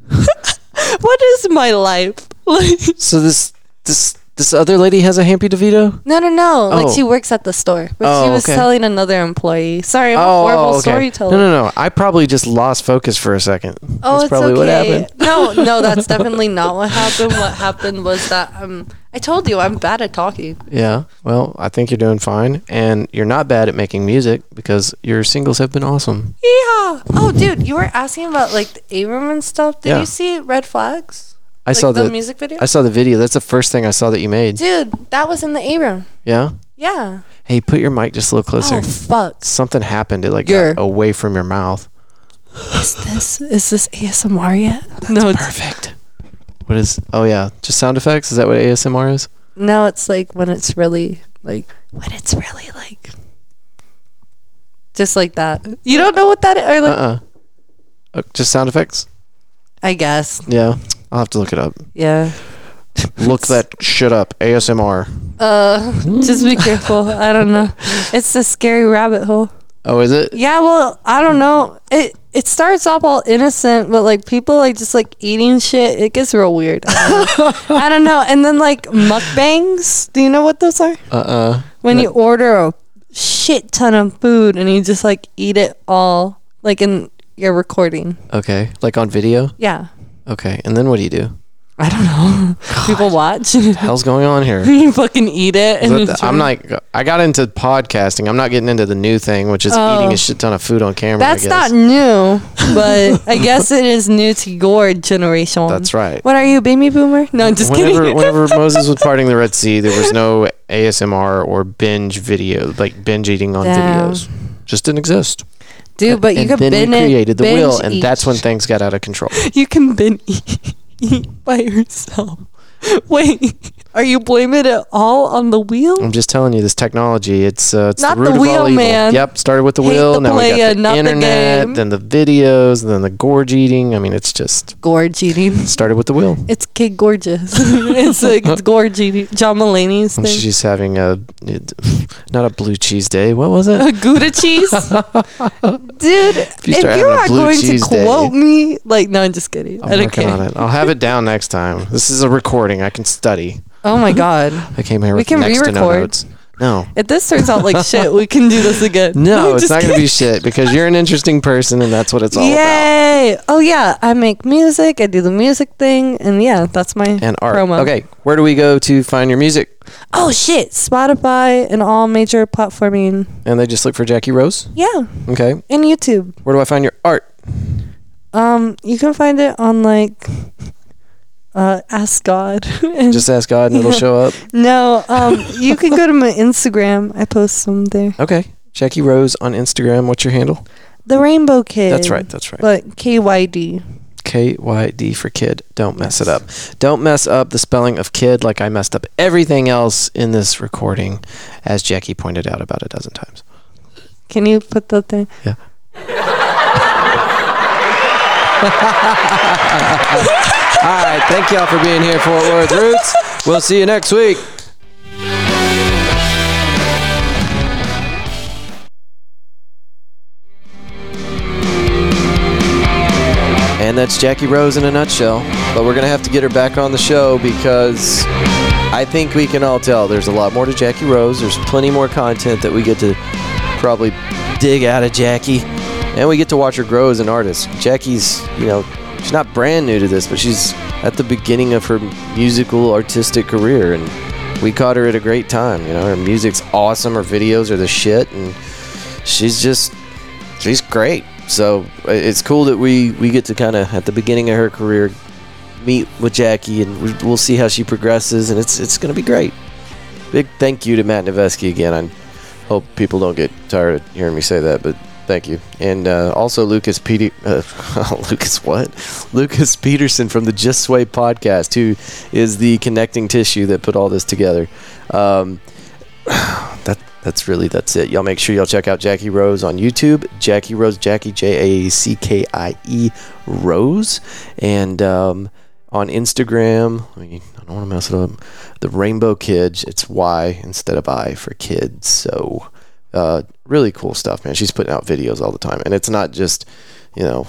[SPEAKER 2] what is my life? Like
[SPEAKER 1] So this this this other lady has a Hampy DeVito?
[SPEAKER 2] no no no.
[SPEAKER 1] Oh.
[SPEAKER 2] Like she works at the store. But she
[SPEAKER 1] Oh,
[SPEAKER 2] was
[SPEAKER 1] okay.
[SPEAKER 2] telling another employee. Sorry, I'm a horrible
[SPEAKER 1] No,
[SPEAKER 2] storyteller.
[SPEAKER 1] Oh, no, no. I probably just lost focus for a second.
[SPEAKER 2] Oh,
[SPEAKER 1] That's
[SPEAKER 2] it's
[SPEAKER 1] probably
[SPEAKER 2] okay.
[SPEAKER 1] what happened.
[SPEAKER 2] No, no, that's definitely not what happened. What happened was that um I told you I'm bad at talking.
[SPEAKER 1] Yeah. Well, I think you're doing fine, and you're not bad at making music because your singles have been awesome.
[SPEAKER 2] Yeah. Oh dude, you were asking about like the A room and stuff. Did
[SPEAKER 1] Yeah.
[SPEAKER 2] you see Red Flags?
[SPEAKER 1] I
[SPEAKER 2] like
[SPEAKER 1] saw
[SPEAKER 2] the,
[SPEAKER 1] the,
[SPEAKER 2] music video?
[SPEAKER 1] I saw the video. That's the first thing I saw that you made.
[SPEAKER 2] dude, that was in the A room.
[SPEAKER 1] Yeah.
[SPEAKER 2] Yeah.
[SPEAKER 1] Hey, put your mic just a little closer.
[SPEAKER 2] Oh fuck.
[SPEAKER 1] Something happened. It like
[SPEAKER 2] Your-
[SPEAKER 1] got away from your mouth.
[SPEAKER 2] Is this is this ASMR yet? no, it's
[SPEAKER 1] Perfect. What is? Oh yeah, just sound effects. Is that what ASMR is?
[SPEAKER 2] No, it's like when it's really like when it's really like just like that. You don't know what that is, or
[SPEAKER 1] Uh
[SPEAKER 2] like
[SPEAKER 1] uh Just sound effects.
[SPEAKER 2] I guess.
[SPEAKER 1] Yeah, I'll have to look it up.
[SPEAKER 2] Yeah.
[SPEAKER 1] Look that shit up. ASMR.
[SPEAKER 2] Uh just be careful. I don't know. It's a scary rabbit hole.
[SPEAKER 1] Oh, is it?
[SPEAKER 2] Yeah, well, I don't know. It it starts off all innocent, but like people like just like eating shit, it gets real weird. I don't know, I don't know. And then like mukbangs. Do you know what those are?
[SPEAKER 1] Uh uh
[SPEAKER 2] when you order a shit ton of food and you just like eat it all like in your recording
[SPEAKER 1] Okay. Like on video?
[SPEAKER 2] yeah
[SPEAKER 1] Okay. And then what do you do?
[SPEAKER 2] i don't know people watch
[SPEAKER 1] Hell's going on here?
[SPEAKER 2] you fucking eat it and
[SPEAKER 1] But
[SPEAKER 2] it's
[SPEAKER 1] I'm
[SPEAKER 2] really-
[SPEAKER 1] like, I got into podcasting. I'm not getting into the new thing, which is eating a shit ton of food on camera.
[SPEAKER 2] Oh. that's
[SPEAKER 1] I
[SPEAKER 2] not
[SPEAKER 1] guess.
[SPEAKER 2] new but i guess it is new to your generation
[SPEAKER 1] That's right.
[SPEAKER 2] what are you baby boomer no i'm just
[SPEAKER 1] Whenever,
[SPEAKER 2] kidding
[SPEAKER 1] whenever Moses was parting the Red Sea, there was no ASMR or binge video, like binge eating on
[SPEAKER 2] Damn.
[SPEAKER 1] videos. Just didn't exist.
[SPEAKER 2] dude but you
[SPEAKER 1] and then
[SPEAKER 2] can bin
[SPEAKER 1] we
[SPEAKER 2] it-
[SPEAKER 1] created the wheel,
[SPEAKER 2] binge
[SPEAKER 1] and
[SPEAKER 2] eat.
[SPEAKER 1] that's when things got out of control.
[SPEAKER 2] you can bin eat, eat by yourself wait Are you blaming it all on the wheel?
[SPEAKER 1] I'm just telling you, this technology, it's, uh, it's
[SPEAKER 2] Not
[SPEAKER 1] the root
[SPEAKER 2] the
[SPEAKER 1] of
[SPEAKER 2] wheel,
[SPEAKER 1] all evil.
[SPEAKER 2] man.
[SPEAKER 1] Yep, started with the
[SPEAKER 2] Hate
[SPEAKER 1] wheel.
[SPEAKER 2] the
[SPEAKER 1] now we
[SPEAKER 2] player,
[SPEAKER 1] got the
[SPEAKER 2] not the
[SPEAKER 1] internet,
[SPEAKER 2] game.
[SPEAKER 1] then the videos, then the gorge eating. I mean, it's just
[SPEAKER 2] Gorge eating.
[SPEAKER 1] started with the wheel.
[SPEAKER 2] It's Kid Gorgeous. it's like it's gorge eating. John Mulaney's
[SPEAKER 1] And
[SPEAKER 2] thing.
[SPEAKER 1] she's having a, it- not a blue cheese day. What was it?
[SPEAKER 2] A Gouda cheese, dude. If,
[SPEAKER 1] you start having
[SPEAKER 2] you're
[SPEAKER 1] a
[SPEAKER 2] not
[SPEAKER 1] blue
[SPEAKER 2] going to
[SPEAKER 1] cheese day-
[SPEAKER 2] quote me, like, no, I'm just kidding.
[SPEAKER 1] I'm
[SPEAKER 2] I do not
[SPEAKER 1] working
[SPEAKER 2] care.
[SPEAKER 1] on it. I'll have it down next time. This is a recording. I can study.
[SPEAKER 2] Oh my god!
[SPEAKER 1] I came here
[SPEAKER 2] We
[SPEAKER 1] with
[SPEAKER 2] can
[SPEAKER 1] next to no
[SPEAKER 2] re-record.
[SPEAKER 1] notes. No.
[SPEAKER 2] If this turns out like shit, we can do this again.
[SPEAKER 1] No,
[SPEAKER 2] I'm
[SPEAKER 1] it's
[SPEAKER 2] just
[SPEAKER 1] not going to
[SPEAKER 2] kidding.
[SPEAKER 1] be shit because you're an interesting person and that's what it's all about.
[SPEAKER 2] Yay! Oh yeah, I make music. I do the music thing, and yeah, that's my
[SPEAKER 1] And art.
[SPEAKER 2] promo.
[SPEAKER 1] Okay, where do we go to find your music?
[SPEAKER 2] Oh shit! Spotify and all major platforming.
[SPEAKER 1] And they just look for Jackie Rose.
[SPEAKER 2] Yeah,
[SPEAKER 1] Okay,
[SPEAKER 2] and YouTube.
[SPEAKER 1] where do I find your art?
[SPEAKER 2] Um, you can find it on like, uh, Ask God. and
[SPEAKER 1] Just ask God and it'll
[SPEAKER 2] Yeah.
[SPEAKER 1] show up.
[SPEAKER 2] no, um, you can go to my Instagram. I post some there.
[SPEAKER 1] Okay, Jackie Rose on Instagram. What's your handle?
[SPEAKER 2] The Rainbow Kid.
[SPEAKER 1] That's right. That's right.
[SPEAKER 2] But K Y D.
[SPEAKER 1] K Y D for kid. Don't mess it up. Don't mess up the spelling of kid like I messed up everything else in this recording, as Jackie pointed out about a dozen times.
[SPEAKER 2] Can you put that there?
[SPEAKER 1] Yeah. All right. Thank y'all for being here, Fort Worth Roots. We'll see you next week. And that's Jackie Rose in a nutshell. But we're going to have to get her back on the show because I think we can all tell there's a lot more to Jackie Rose. There's plenty more content that we get to probably dig out of Jackie. And we get to watch her grow as an artist. Jackie's, you know, she's not brand new to this, but she's at the beginning of her musical artistic career. And we caught her at a great time. You know, her music's awesome, her videos are the shit. And she's just she's great. So i- it's cool that we we get to kind of at the beginning of her career meet with Jackie, and we, we'll see how she progresses, and it's it's gonna be great. Big thank you to Matt Nevesky again. I hope people don't get tired of hearing me say that, but thank you. And uh, also Lucas Peter uh, Lucas what Lucas Peterson from the Just Sway podcast, who is the connecting tissue that put all this together. Um, that that's really that's it. Y'all make sure y'all check out Jackie Rose on YouTube. Jackie Rose, Jackie J A C K I E Rose, and um, on Instagram. I, mean, I don't want to mess it up. The Rainbow Kid. It's Y instead of I for kids. So uh, really cool stuff, man. She's putting out videos all the time, and it's not just you know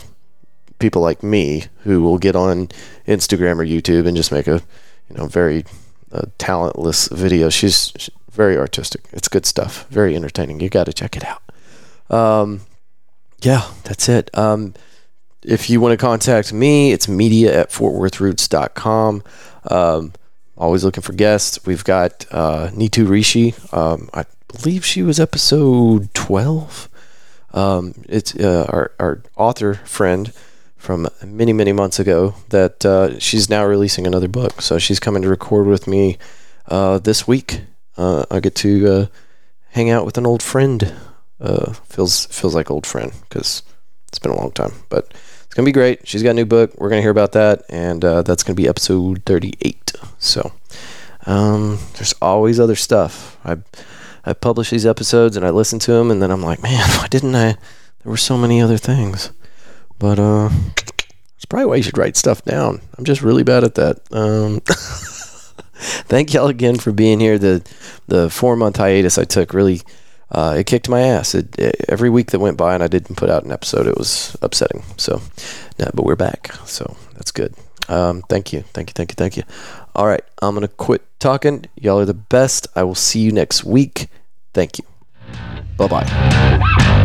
[SPEAKER 1] people like me who will get on Instagram or YouTube and just make a you know very uh, talentless video. She's, she's very artistic. It's good stuff. Very entertaining. You got to check it out. Um, yeah, that's it. Um, if you want to contact me, it's media at fortworthroots.com. Um, always looking for guests. We've got uh, Nitu Rishi. Um, I believe she was episode 12. Um, it's uh, our, our author friend from many, many months ago that uh, she's now releasing another book. So she's coming to record with me uh, this week. Uh, I get to uh, hang out with an old friend. Uh, feels feels like old friend because it's been a long time, but it's gonna be great. She's got a new book. We're gonna hear about that, and uh, that's gonna be episode thirty-eight. So um, there's always other stuff. I I publish these episodes and I listen to them, and then I'm like, man, why didn't I? There were so many other things, but uh, that's probably why you should write stuff down. I'm just really bad at that. Um, thank y'all again for being here. The the four month hiatus I took really uh, it kicked my ass. It, it- every week that went by and I didn't put out an episode, it was upsetting. So, no, but we're back, so that's good. Um, thank you, thank you, thank you, thank you. All right, I'm gonna quit talking. Y'all are the best. I will see you next week. Thank you. Bye bye.